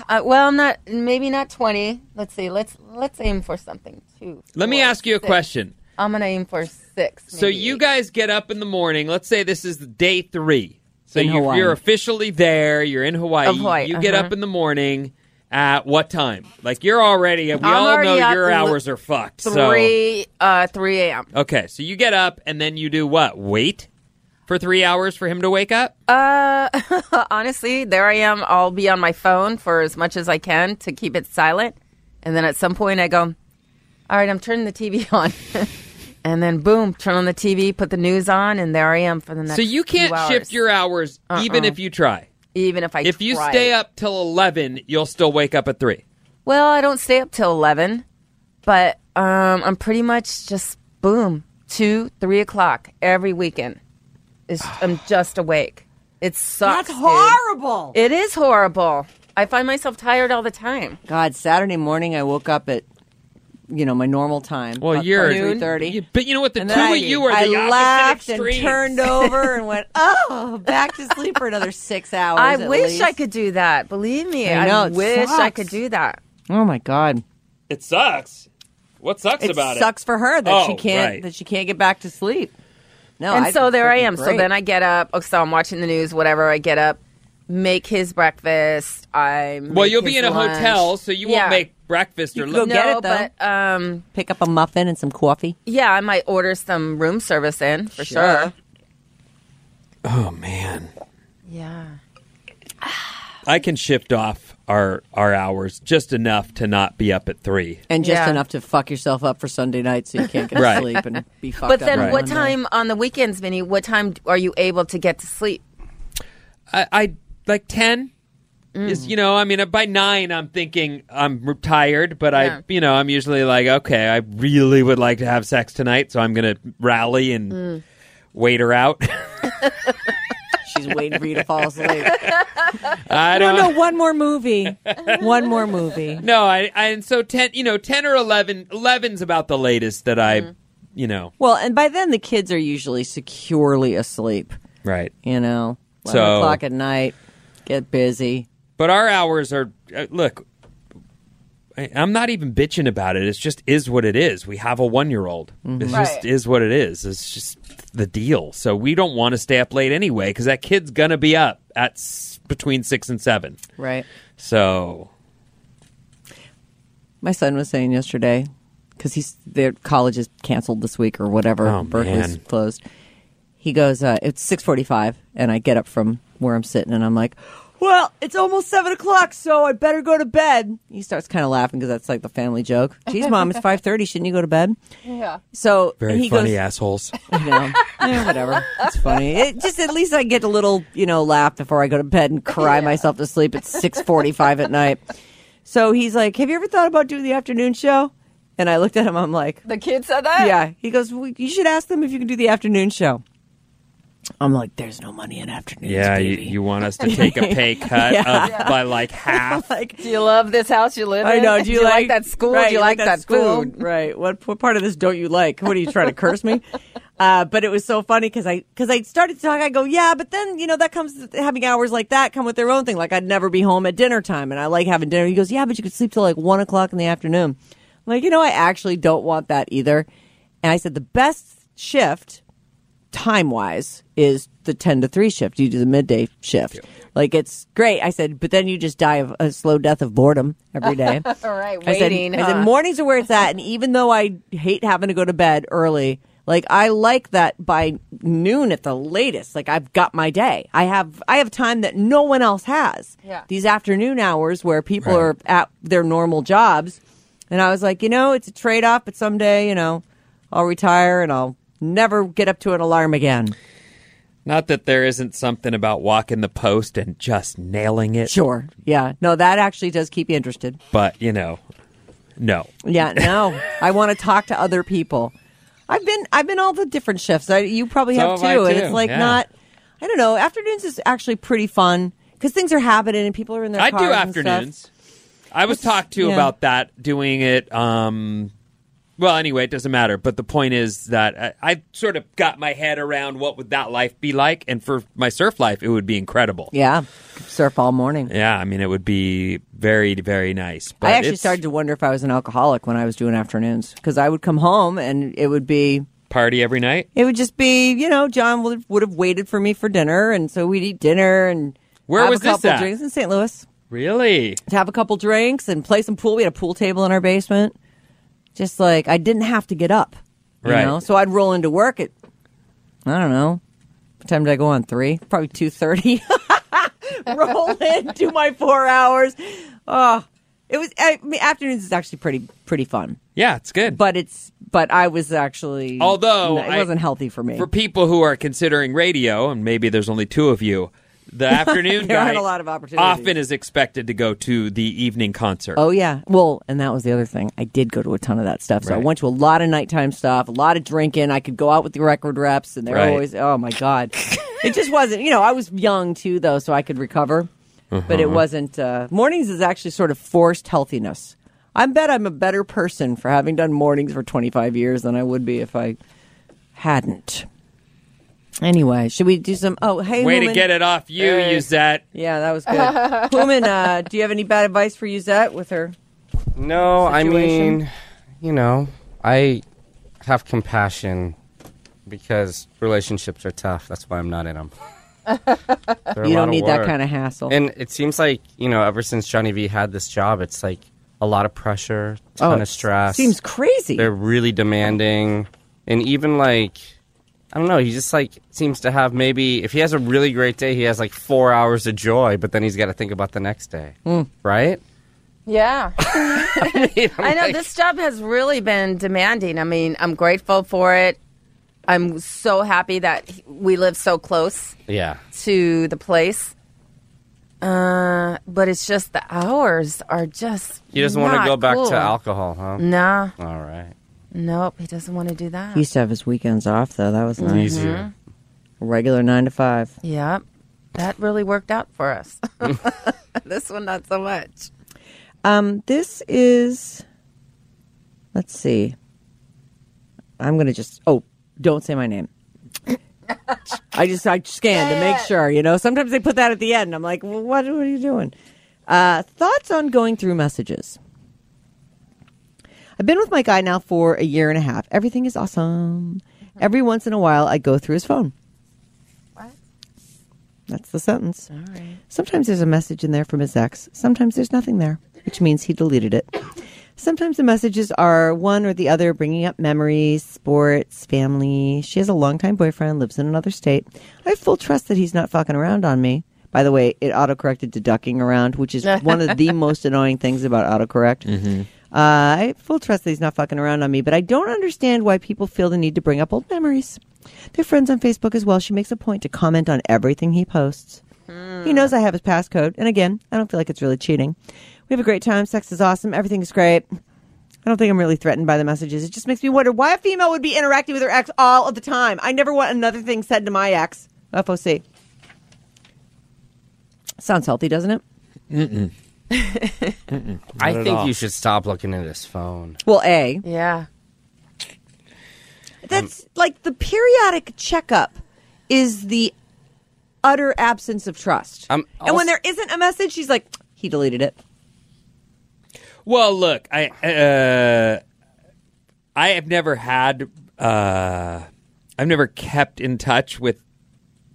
Speaker 7: Uh, well, I'm not maybe not 20. Let's see. Let's let's aim for something. Two.
Speaker 5: Let me
Speaker 7: four,
Speaker 5: ask you a
Speaker 7: six.
Speaker 5: question.
Speaker 7: I'm going to aim for 6.
Speaker 5: So
Speaker 7: maybe
Speaker 5: you
Speaker 7: eight.
Speaker 5: guys get up in the morning. Let's say this is day three. So
Speaker 4: In
Speaker 5: you,
Speaker 4: Hawaii.
Speaker 5: you're officially there. You're in Hawaii.
Speaker 7: Of Hawaii,
Speaker 5: You get
Speaker 7: uh-huh.
Speaker 5: up in the morning. At what time? Like you're already. We all
Speaker 7: already
Speaker 5: know
Speaker 7: up
Speaker 5: your
Speaker 7: li-
Speaker 5: hours are fucked. So
Speaker 7: 3 uh 3 a.m.
Speaker 5: okay, so you get up and then you do what? Wait for three hours for him to wake up.
Speaker 7: Uh, honestly, there I am. I'll be on my phone for as much as I can to keep it silent. And then at some point I go, "All right, I'm turning the TV on." and then boom, turn on the TV, put the news on, and there I am for the next
Speaker 5: so you can't
Speaker 7: few hours.
Speaker 5: shift your hours
Speaker 4: Uh-uh.
Speaker 5: even if you try.
Speaker 7: even if I
Speaker 5: If you
Speaker 7: try.
Speaker 5: stay up till eleven, you'll still wake up at three.
Speaker 7: Well, I don't stay up till eleven, but um, I'm pretty much just boom two, three o'clock every weekend. It's, I'm just awake. It sucks.
Speaker 4: That's
Speaker 7: dude.
Speaker 4: horrible.
Speaker 7: It is horrible. I find myself tired all the time.
Speaker 4: God, Saturday morning I woke up at you know my normal time.
Speaker 5: Well,
Speaker 4: about
Speaker 5: you're
Speaker 4: three thirty.
Speaker 5: But you know what? The
Speaker 4: And
Speaker 5: two
Speaker 4: then I,
Speaker 5: of you are
Speaker 4: I
Speaker 5: the opposite
Speaker 4: laughed
Speaker 5: extremes.
Speaker 4: and turned over and went, oh, back to sleep for another six hours.
Speaker 7: I
Speaker 4: at
Speaker 7: wish I
Speaker 4: least.
Speaker 7: could do that. Believe me,
Speaker 4: I
Speaker 7: I,
Speaker 4: know, it
Speaker 7: wish I
Speaker 4: sucks.
Speaker 7: could do that.
Speaker 4: Oh my god,
Speaker 5: It sucks. What sucks
Speaker 4: it
Speaker 5: about
Speaker 4: sucks
Speaker 5: it?
Speaker 4: for her that she
Speaker 5: Oh,
Speaker 4: can't
Speaker 5: right.
Speaker 4: that she can't get back to sleep. No,
Speaker 7: And so there I am. So
Speaker 4: I.
Speaker 7: then I get up. Oh, so I'm watching the news, whatever. I get up. make his breakfast. I
Speaker 5: Well,
Speaker 7: make
Speaker 5: you'll be
Speaker 7: his
Speaker 5: in a
Speaker 7: lunch.
Speaker 5: hotel, so you
Speaker 7: Yeah.
Speaker 5: won't make breakfast or
Speaker 4: You
Speaker 5: lunch.
Speaker 4: Go get
Speaker 7: no,
Speaker 4: it, though.
Speaker 7: but um,
Speaker 4: Pick up a muffin and some coffee.
Speaker 7: yeah, I might order some room service in for sure.
Speaker 5: Oh man,
Speaker 7: Yeah.
Speaker 5: I can shift off our our hours just enough to not be up at three.
Speaker 4: And just
Speaker 7: Yeah.
Speaker 4: enough to fuck yourself up for Sunday night so you can't get
Speaker 5: Right.
Speaker 4: to sleep and be fucked
Speaker 7: But
Speaker 4: up
Speaker 7: then,
Speaker 4: on
Speaker 7: what
Speaker 4: Monday.
Speaker 7: time on the weekends, Vinny? What time are you able to get to sleep?
Speaker 5: I, I like ten. Is you know, I mean, by nine, I'm thinking I'm re- tired, but
Speaker 7: Yeah.
Speaker 5: I, you know, I'm usually like, okay, I really would like to have sex tonight, so I'm gonna rally and wait her out.
Speaker 4: She's waiting for you to fall asleep.
Speaker 5: I
Speaker 4: no,
Speaker 5: don't
Speaker 4: no, one more movie. One more movie.
Speaker 5: No, I, I and so ten, you know, ten or 11, 11's about the latest that I, you know,
Speaker 4: Well, and by then the kids are usually securely asleep.
Speaker 5: right.
Speaker 4: You know, eleven
Speaker 5: So-
Speaker 4: o'clock at night. Get busy.
Speaker 5: But our hours are uh, look. I, I'm not even bitching about it. It's just is what it is. We have a one year old.
Speaker 4: Mm-hmm.
Speaker 5: It's just
Speaker 7: Right.
Speaker 5: is what it is. It's just the deal. So we don't want to stay up late anyway because that kid's gonna be up at s- between six and seven.
Speaker 4: Right.
Speaker 5: So
Speaker 4: My son was saying yesterday because he's their college is canceled this week or whatever.
Speaker 5: Oh,
Speaker 4: Berkeley's
Speaker 5: man.
Speaker 4: closed. He goes, uh, it's six forty-five, and I get up from where I'm sitting, and I'm like, "Well, it's almost seven o'clock, so I better go to bed." He starts kind of laughing because that's like the family joke. Geez, mom, it's five thirty. Shouldn't you go to bed? Yeah. So
Speaker 5: very
Speaker 4: and he
Speaker 5: funny
Speaker 4: goes,
Speaker 5: assholes.
Speaker 4: you know, eh, whatever. It's funny. It just at least I get a little, you know, laugh before I go to bed and cry myself to sleep at six forty-five at night. So he's like, "Have you ever thought about doing the afternoon show?" And I looked at him. I'm like,
Speaker 7: The kid said that.
Speaker 4: "Yeah." He goes, well, "You should ask them if you can do the afternoon show." I'm like, "There's no money in afternoons."
Speaker 5: yeah, you,
Speaker 4: baby.
Speaker 5: you want us to take a pay cut
Speaker 4: Yeah.
Speaker 5: of, by like half.
Speaker 4: like.
Speaker 7: Do you love this house you live in?
Speaker 4: I know. Do you, like,
Speaker 7: that school?
Speaker 4: Right,
Speaker 7: do you like, that,
Speaker 4: food?
Speaker 7: food?
Speaker 4: Right. What what part of this don't you like? What are you trying to curse me? Uh, but it was so funny because I because I started to talk. I go, yeah, but then you know that comes having hours like that come with their own thing. Like I'd never be home at dinner time, and I like having dinner. He goes, yeah, but you could sleep till like one o'clock in the afternoon. I'm like, you know, I actually don't want that either. And I said the best shift time wise is the 10 to 3 shift. You do the midday shift. Like it's great. I said, but then you just die of a slow death of boredom every day. All
Speaker 7: right, waiting,
Speaker 4: I said, I
Speaker 7: huh?
Speaker 4: said mornings are where it's at. And even though I hate having to go to bed early, like I like that by noon at the latest. Like I've got my day. I have I have time that no one else has.
Speaker 7: Yeah.
Speaker 4: These afternoon hours where people
Speaker 5: Right.
Speaker 4: are at their normal jobs. And I was like, you know, it's a trade off, but someday, you know, I'll retire and I'll never get up to an alarm again.
Speaker 5: Not that there isn't something about walking the post and just nailing it.
Speaker 4: Sure. Yeah. No, that actually does keep you interested.
Speaker 5: but you know, no.
Speaker 4: Yeah. No, I want to talk to other people. I've been I've been all the different shifts. I, you probably
Speaker 5: So
Speaker 4: have
Speaker 5: have I,
Speaker 4: too, and
Speaker 5: too.
Speaker 4: it's like
Speaker 5: Yeah.
Speaker 4: not. I don't know. Afternoons is actually pretty fun because things are happening and people are in their.
Speaker 5: I
Speaker 4: cars
Speaker 5: do
Speaker 4: and stuff.
Speaker 5: afternoons. I was talked to
Speaker 4: yeah.
Speaker 5: about that doing it. Um, well, anyway, it doesn't matter. But the point is that I, I sort of got my head around what would that life be like, and for my surf life, it would be incredible.
Speaker 4: Yeah, surf all morning.
Speaker 5: Yeah, I mean, it would be very, very nice. But
Speaker 4: I actually
Speaker 5: it's
Speaker 4: started to wonder if I was an alcoholic when I was doing afternoons because I would come home and it would be
Speaker 5: party every night.
Speaker 4: It would just be, you know, John would, would have waited for me for dinner, and so we'd eat dinner and
Speaker 5: Where
Speaker 4: have
Speaker 5: was
Speaker 4: a
Speaker 5: this
Speaker 4: couple
Speaker 5: at?
Speaker 4: drinks in St. Louis.
Speaker 5: Really?
Speaker 4: To have a couple drinks and play some pool. We had a pool table in our basement. Just like I didn't have to get up, you
Speaker 5: Right.
Speaker 4: know. So I'd roll into work at I don't know what time did I go on three? Probably two thirty. roll in, do my four hours. Oh, it was. I mean, afternoons is actually pretty pretty fun,
Speaker 5: Yeah, it's good.
Speaker 4: but it's but I was actually
Speaker 5: Although
Speaker 4: it
Speaker 5: I-
Speaker 4: wasn't healthy for me.
Speaker 5: for people who are considering radio, and maybe there's only two of you, the afternoon
Speaker 4: There
Speaker 5: guy
Speaker 4: aren't a lot of opportunities.
Speaker 5: often is expected to go to the evening concert.
Speaker 4: Oh yeah. Well, and that was the other thing. I did go to a ton of that stuff. So I
Speaker 5: Right.
Speaker 4: went to a lot of nighttime stuff, a lot of drinking. I could go out with the record reps and they're
Speaker 5: Right.
Speaker 4: always oh my God. it just wasn't you know, I was young too though, so I could recover. But
Speaker 5: Uh-huh.
Speaker 4: it wasn't uh, mornings is actually sort of forced healthiness. I bet I'm a better person for having done mornings for twenty five years than I would be if I hadn't. Anyway, should we do some oh hey
Speaker 5: Way to
Speaker 4: Hooman.
Speaker 5: get it off you,
Speaker 4: Hey.
Speaker 5: Uzette.
Speaker 4: Yeah, that was good. Hooman, uh, do you have any bad advice for Yuzette with her
Speaker 6: No, I
Speaker 4: situation?
Speaker 6: mean, you know, I have compassion because relationships are tough. That's why I'm not in them.
Speaker 4: You don't need that kind of hassle.
Speaker 6: And it seems like you know, ever since Johnny V had this job, it's like a lot of pressure, ton
Speaker 4: it
Speaker 6: of stress.
Speaker 4: Oh, seems crazy.
Speaker 6: They're really demanding, and even like. I don't know. He just like seems to have maybe if he has a really great day, he has like four hours of joy, but then he's got to think about the next day,
Speaker 7: Hmm.
Speaker 6: right?
Speaker 7: Yeah.
Speaker 6: You
Speaker 7: I know
Speaker 6: like-
Speaker 7: this job has really been demanding. I mean, I'm grateful for it. I'm so happy that we live so close
Speaker 6: Yeah,
Speaker 7: to the place. Uh, but it's just the hours are just.
Speaker 6: he doesn't want to
Speaker 7: not
Speaker 6: go back
Speaker 7: cool.
Speaker 6: to alcohol, huh?
Speaker 7: Nah,
Speaker 6: Mm-hmm. All right,
Speaker 7: nope, he doesn't want to do that.
Speaker 4: He used to have his weekends off though. That
Speaker 7: Mm-hmm.
Speaker 4: was nice.
Speaker 6: easier.
Speaker 4: Regular nine to five.
Speaker 7: yep, that really worked out for us. this one, not so much.
Speaker 4: Um, this is. Let's see. I'm gonna just. Oh, don't say my name. I just I scanned to make sure. You know, sometimes they put that at the end. I'm like, well, what, what are you doing? Uh, thoughts on going through messages. I've been with my guy now for a year and a half. Everything is awesome. Every once in a while, I go through his phone.
Speaker 7: What?
Speaker 4: That's the sentence.
Speaker 7: All right.
Speaker 4: Sometimes there's a message in there from his ex. Sometimes there's nothing there, which means he deleted it. Sometimes the messages are one or the other, bringing up memories, sports, family. She has a longtime boyfriend, lives in another state. I have full trust that he's not fucking around on me. By the way, it autocorrected to ducking around, which is one of the most annoying things about autocorrect. Uh, I have full trust that he's not fucking around on me, but I don't understand why people feel the need to bring up old memories. They're friends on Facebook as well. She makes a point to comment on everything he posts. He knows I have his passcode. And again, I don't feel like it's really cheating. We have a great time. Sex is awesome. Everything's great. I don't think I'm really threatened by the messages. It just makes me wonder why a female would be interacting with her ex all of the time. I never want another thing said to my ex. FOC. Sounds healthy, doesn't it?
Speaker 6: I think you should stop looking at his phone.
Speaker 4: Well, A.
Speaker 7: Yeah.
Speaker 4: That's like the periodic checkup is the utter absence of trust.
Speaker 6: I'm
Speaker 4: and when
Speaker 6: also-
Speaker 4: there isn't a message, she's like, he deleted it.
Speaker 5: Well, look, I uh, I have never had uh, I've never kept in touch with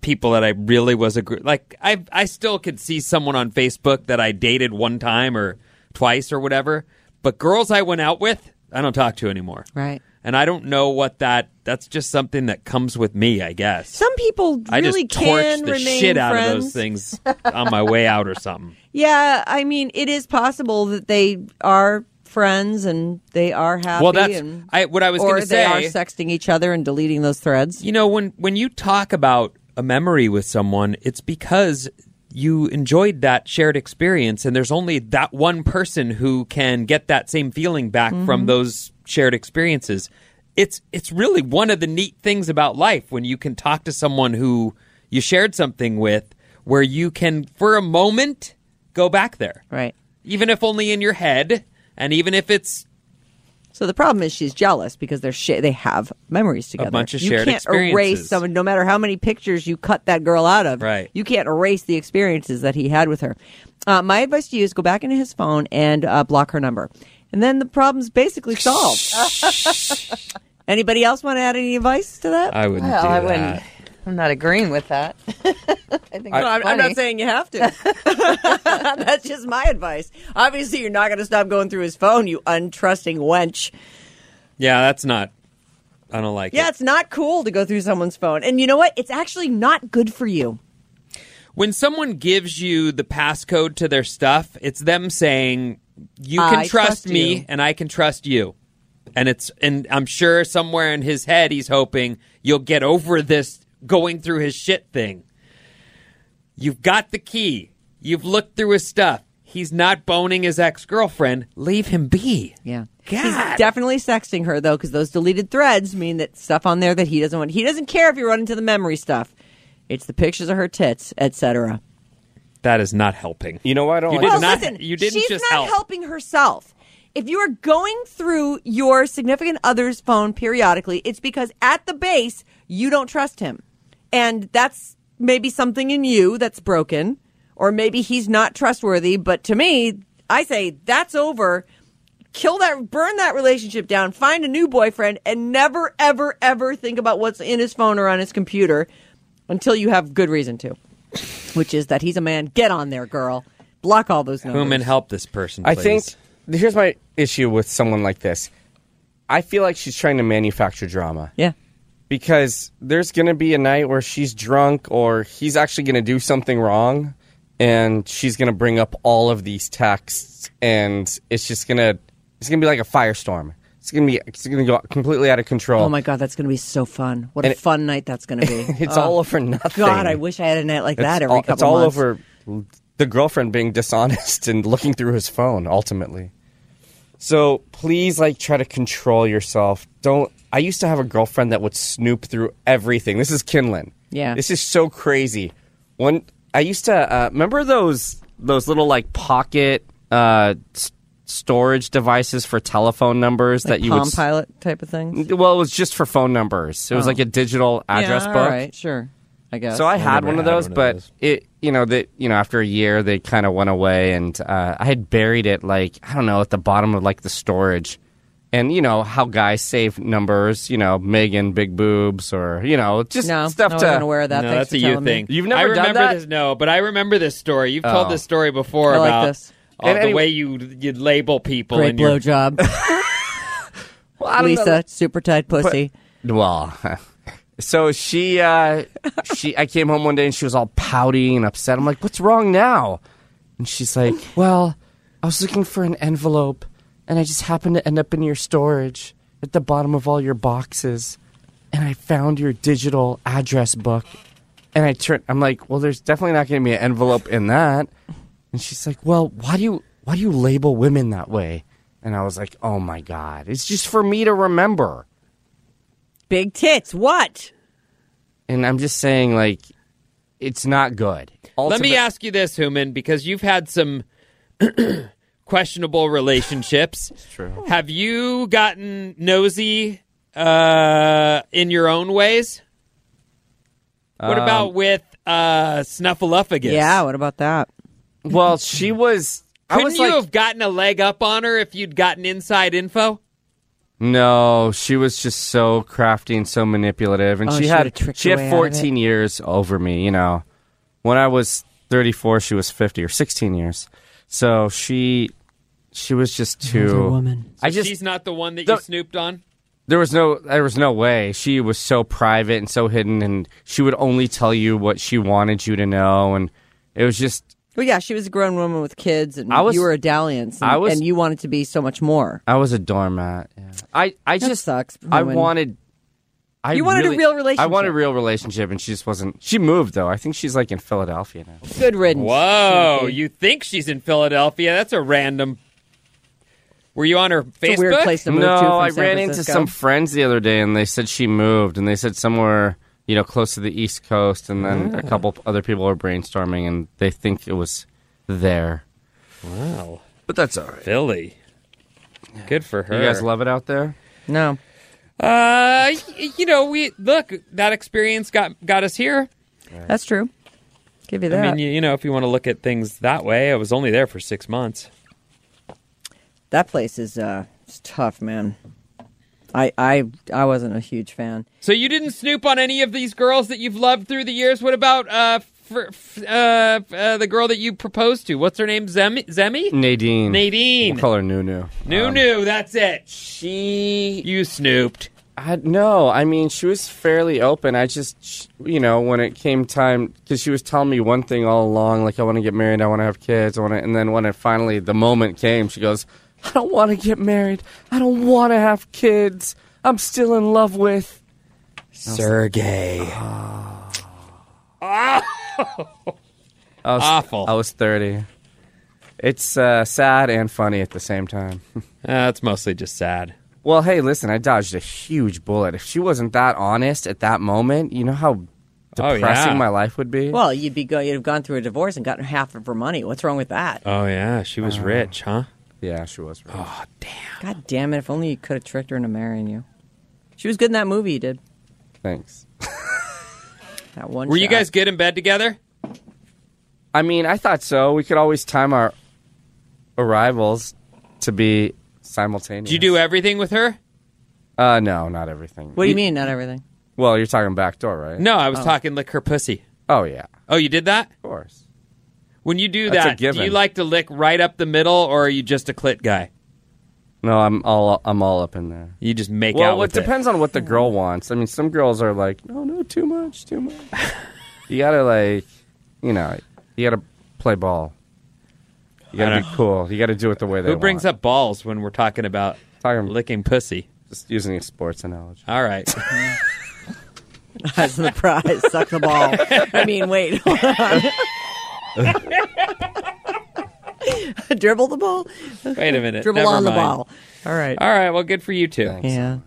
Speaker 5: people that I really was a gr- like I I still could see someone on Facebook that I dated one time or twice or whatever, but girls I went out with, I don't talk to anymore.
Speaker 4: Right.
Speaker 5: And I don't know what that that's just something that comes with me, I guess.
Speaker 4: Some people
Speaker 5: I just
Speaker 4: really
Speaker 5: torch
Speaker 4: can
Speaker 5: the
Speaker 4: remain
Speaker 5: shit out
Speaker 4: friends.
Speaker 5: of those things on my way out or something.
Speaker 4: Yeah, I mean, it is possible that they are friends and they are happy.
Speaker 5: Well, that's
Speaker 4: and,
Speaker 5: I, what I was
Speaker 4: or
Speaker 5: going
Speaker 4: they
Speaker 5: to say.
Speaker 4: are sexting each other and deleting those threads.
Speaker 5: You know, when when you talk about a memory with someone, it's because you enjoyed that shared experience, and there's only that one person who can get that same feeling back
Speaker 7: Mm-hmm.
Speaker 5: from those shared experiences. It's it's really one of the neat things about life when you can talk to someone who you shared something with, where you can for a moment go back there,
Speaker 4: Right.
Speaker 5: even if only in your head, and even if it's
Speaker 4: So the problem is she's jealous because they're sh- they have memories together.
Speaker 5: bunch of
Speaker 4: you
Speaker 5: shared
Speaker 4: can't erase
Speaker 5: experiences.
Speaker 4: someone, no matter how many pictures you cut that girl out of.
Speaker 5: Right.
Speaker 4: You can't erase the experiences that he had with her. Uh, my advice to you is go back into his phone and uh, block her number, and then the problem's basically solved. Anybody else want to add any advice to that?
Speaker 5: I wouldn't
Speaker 7: Well,
Speaker 5: do
Speaker 7: I
Speaker 5: that.
Speaker 7: wouldn't. I'm not agreeing with that. I think
Speaker 4: No, I'm,
Speaker 7: it's
Speaker 4: I'm
Speaker 7: funny.
Speaker 4: not saying you have to. That's just my advice. Obviously, you're not going to stop going through his phone, you untrusting wench.
Speaker 5: Yeah, that's not. I don't like
Speaker 4: Yeah,
Speaker 5: it.
Speaker 4: it's not cool to go through someone's phone. And you know what? It's actually not good for you.
Speaker 5: When someone gives you the passcode to their stuff, it's them saying, "You can
Speaker 4: I
Speaker 5: trust,
Speaker 4: trust
Speaker 5: me,
Speaker 4: you."
Speaker 5: and I can trust you." And it's and I'm sure somewhere in his head he's hoping you'll get over this going through his shit thing. You've got the key. You've looked through his stuff. He's not boning his ex girlfriend. Leave him be.
Speaker 4: Yeah.
Speaker 5: God.
Speaker 4: He's definitely sexting her though, because those deleted threads mean that stuff on there that he doesn't want. He doesn't care if you run into the memory stuff. It's the pictures of her tits, etc.
Speaker 5: That is not helping.
Speaker 6: You know why I don't
Speaker 5: You
Speaker 6: like
Speaker 5: did
Speaker 4: Well,
Speaker 5: not-
Speaker 4: listen,
Speaker 5: you didn't
Speaker 4: she's
Speaker 5: just
Speaker 4: not
Speaker 5: help.
Speaker 4: helping herself. If you are going through your significant other's phone periodically, it's because at the base you don't trust him, and that's maybe something in you that's broken, or maybe he's not trustworthy. But to me, I say that's over. Kill that, burn that relationship down. Find a new boyfriend, and never, ever, ever think about what's in his phone or on his computer. until you have good reason to, which is that he's a man. Get on there, girl. Block all those numbers.
Speaker 5: Whom and help this person.
Speaker 6: I
Speaker 5: please.
Speaker 6: think here's my issue with someone like this. I feel like she's trying to manufacture drama
Speaker 4: Yeah.
Speaker 6: because there's going to be a night where she's drunk or he's actually going to do something wrong and she's going to bring up all of these texts and it's just going to it's going to be like a firestorm. It's going to be it's going to go completely out of control.
Speaker 4: Oh my god, that's going to be so fun. What a
Speaker 6: And it-
Speaker 4: fun night that's going to be.
Speaker 6: It's
Speaker 4: Oh,
Speaker 6: all over nothing.
Speaker 4: God, I wish I had a night like
Speaker 6: It's
Speaker 4: that every
Speaker 6: all,
Speaker 4: couple
Speaker 6: It's all
Speaker 4: months.
Speaker 6: over the girlfriend being dishonest and looking through his phone ultimately. So please, like, try to control yourself. Don't. I used to have a girlfriend that would snoop through everything. This is Kinlan.
Speaker 4: Yeah.
Speaker 6: This is so crazy. One. I used to uh, remember those those little like pocket uh, s- storage devices for telephone numbers
Speaker 4: Like
Speaker 6: that you
Speaker 4: Palm
Speaker 6: would. s-
Speaker 4: Pilot type of thing.
Speaker 6: Well, it was just for phone numbers. It was
Speaker 4: Oh.
Speaker 6: like a digital address
Speaker 4: yeah,
Speaker 6: book.
Speaker 4: All right, sure. I guess.
Speaker 6: So I had
Speaker 5: never
Speaker 6: one of
Speaker 5: had
Speaker 6: those,
Speaker 5: one of
Speaker 6: but
Speaker 5: those.
Speaker 6: it you know that you know after a year they kind of went away, and uh, I had buried it like I don't know at the bottom of like the storage, and you know how guys save numbers, you know Megan big boobs or you know just
Speaker 4: no,
Speaker 6: stuff
Speaker 4: no, I
Speaker 6: to
Speaker 4: wasn't aware of that.
Speaker 5: no, that's
Speaker 4: Thanks for
Speaker 5: a you
Speaker 4: telling me.
Speaker 5: thing.
Speaker 6: You've never
Speaker 5: I
Speaker 6: done
Speaker 5: remember
Speaker 6: that?
Speaker 5: This, no, but I remember this story. You've told
Speaker 6: Oh.
Speaker 5: this story before
Speaker 4: I like
Speaker 5: about
Speaker 4: this.
Speaker 5: uh,
Speaker 6: And
Speaker 5: the
Speaker 6: anyway-
Speaker 5: way you you label people
Speaker 4: Great
Speaker 5: and your
Speaker 4: blowjob,
Speaker 6: Well, I don't know.
Speaker 4: Lisa. Super tight pussy.
Speaker 6: Well, so she, uh, she, I came home one day and she was all pouty and upset. I'm like, "What's wrong now?" And she's like, "Well, I was looking for an envelope, and I just happened to end up in your storage at the bottom of all your boxes, and I found your digital address book." And I turn, I'm like, "Well, there's definitely not going to be an envelope in that." And she's like, "Well, why do you why do you label women that way?" And I was like, "Oh my god, it's just for me to remember."
Speaker 4: Big tits. What?
Speaker 6: and I'm just saying, like, it's not good.
Speaker 5: Let me ask you this, Human, because you've had some questionable relationships.
Speaker 6: true.
Speaker 5: Have you gotten nosy uh, in your own ways? What about with uh, Snuffleupagus?
Speaker 4: Um, Yeah. What about that?
Speaker 6: Well, she was. I
Speaker 5: Couldn't
Speaker 6: was
Speaker 5: you
Speaker 6: like,
Speaker 5: have gotten a leg up on her if you'd gotten inside info?
Speaker 6: no, she was just so crafty and so manipulative, and
Speaker 4: Oh,
Speaker 6: she
Speaker 4: she
Speaker 6: had
Speaker 4: would've tricked
Speaker 6: she
Speaker 4: her
Speaker 6: had
Speaker 4: way out of it.
Speaker 6: 14 years over me. You know, when I was 34, she was 50 or 16 years. So she she was just too.
Speaker 4: woman.
Speaker 6: I just
Speaker 5: She's not the one that you
Speaker 6: Don't-
Speaker 5: snooped on.
Speaker 6: there was no there was no way she was so private and so hidden, and she would only tell you what she wanted you to know, and it was just
Speaker 4: Well, yeah, she was a grown woman with kids, and
Speaker 6: I was-
Speaker 4: you were a dalliance, and,
Speaker 6: I was-
Speaker 4: and you wanted to be so much more.
Speaker 6: I was a doormat. Yeah. I I
Speaker 4: That
Speaker 6: just
Speaker 4: sucks,
Speaker 6: I
Speaker 4: Rowan.
Speaker 6: wanted. I
Speaker 4: You wanted a
Speaker 6: really-
Speaker 4: real
Speaker 6: I wanted a
Speaker 4: relationship.
Speaker 6: real relationship, and she just wasn't. She moved though. I think she's like in Philadelphia now.
Speaker 4: Good riddance.
Speaker 5: Whoa,
Speaker 4: Timothy.
Speaker 5: you think she's in Philadelphia? That's a random. Were you on her Facebook?
Speaker 4: It's a weird place to move
Speaker 6: no,
Speaker 4: to. from
Speaker 6: I
Speaker 4: San
Speaker 6: ran into
Speaker 4: Francisco.
Speaker 6: some friends the other day, and they said she moved, and they said somewhere you know close to the East Coast, and then a couple other people were brainstorming, and they think it was there.
Speaker 5: Wow,
Speaker 6: But that's all right.
Speaker 5: Philly. Good for her.
Speaker 6: You guys love it out there.
Speaker 4: No.
Speaker 5: Uh, y- you know, we look that experience got got us here.
Speaker 4: That's true. Give you
Speaker 5: I
Speaker 4: that.
Speaker 5: mean, you, you know, if you want to look at things that way, I was only there for six months.
Speaker 4: that place is uh, it's tough, man. I I I wasn't a huge fan.
Speaker 5: So you didn't snoop on any of these girls that you've loved through the years. What about uh, fr- f- uh, f- uh the girl that you proposed to? What's her name? Zemi?
Speaker 6: Mm.
Speaker 5: Zemi?
Speaker 6: Nadine.
Speaker 5: Nadine.
Speaker 6: We'll call her Nunu.
Speaker 5: New, new. That's it.
Speaker 6: She
Speaker 5: You snooped.
Speaker 6: I, no, I mean she was fairly open. I just, sh- you know, when it came time, because she was telling me one thing all along, like I want to get married, I want to have kids, I want to, and then when it finally the moment came, she goes, I don't want to get married, I don't want to have kids, I'm still in love with. Ah.
Speaker 5: Sergey.
Speaker 6: I was,
Speaker 5: Awful.
Speaker 6: I was thirty. It's uh, sad and funny at the same time.
Speaker 5: That's mostly just sad.
Speaker 6: well, hey, listen, I dodged a huge bullet. If she wasn't that honest at that moment, you know how
Speaker 5: Oh,
Speaker 6: depressing
Speaker 5: yeah.
Speaker 6: my life would be.
Speaker 4: Well, you'd be go- you'd have gone through a divorce and gotten half of her money. What's wrong with that?
Speaker 5: Oh yeah, she
Speaker 6: Uh,
Speaker 5: was rich, huh?
Speaker 6: yeah, she was. Right.
Speaker 4: God damn it! If only you could have tricked her into marrying you. She was good in that movie you did.
Speaker 6: Thanks.
Speaker 4: That one.
Speaker 5: Were you
Speaker 4: shot.
Speaker 5: guys good in bed together?
Speaker 6: I mean, I thought so. We could always time our arrivals to be simultaneous.
Speaker 5: Did you do everything with her?
Speaker 6: Uh, no, not everything.
Speaker 4: What do you mean? Not everything.
Speaker 6: Well, you're talking back door, right?
Speaker 5: No, I was talking lick her pussy.
Speaker 6: Oh yeah, of
Speaker 5: Oh, you did that?
Speaker 6: course.
Speaker 5: When you do
Speaker 6: That's a
Speaker 5: that, do you
Speaker 6: given.
Speaker 5: like to lick right up the middle, or are you just a clit guy?
Speaker 6: No, I'm all I'm all up in there.
Speaker 5: You just make out
Speaker 6: Well, it
Speaker 5: with
Speaker 6: depends on what the girl wants. I mean, some girls are like, no, no, too much, too much. you gotta like, you know, you gotta play ball. You
Speaker 5: I
Speaker 6: gotta be
Speaker 5: don't-
Speaker 6: cool. You gotta do it the way they.
Speaker 5: Who brings up balls when we're talking about
Speaker 6: Talking-
Speaker 5: licking pussy?
Speaker 6: Just using a sports analogy.
Speaker 5: All right.
Speaker 4: That's the prize. Suck the ball. I mean, wait. Hold on. Dribble the ball.
Speaker 5: Wait a minute.
Speaker 4: Dribble
Speaker 5: Never
Speaker 4: on the
Speaker 5: mind.
Speaker 4: ball. All right.
Speaker 5: All right. Well, good for you two.
Speaker 4: Yeah.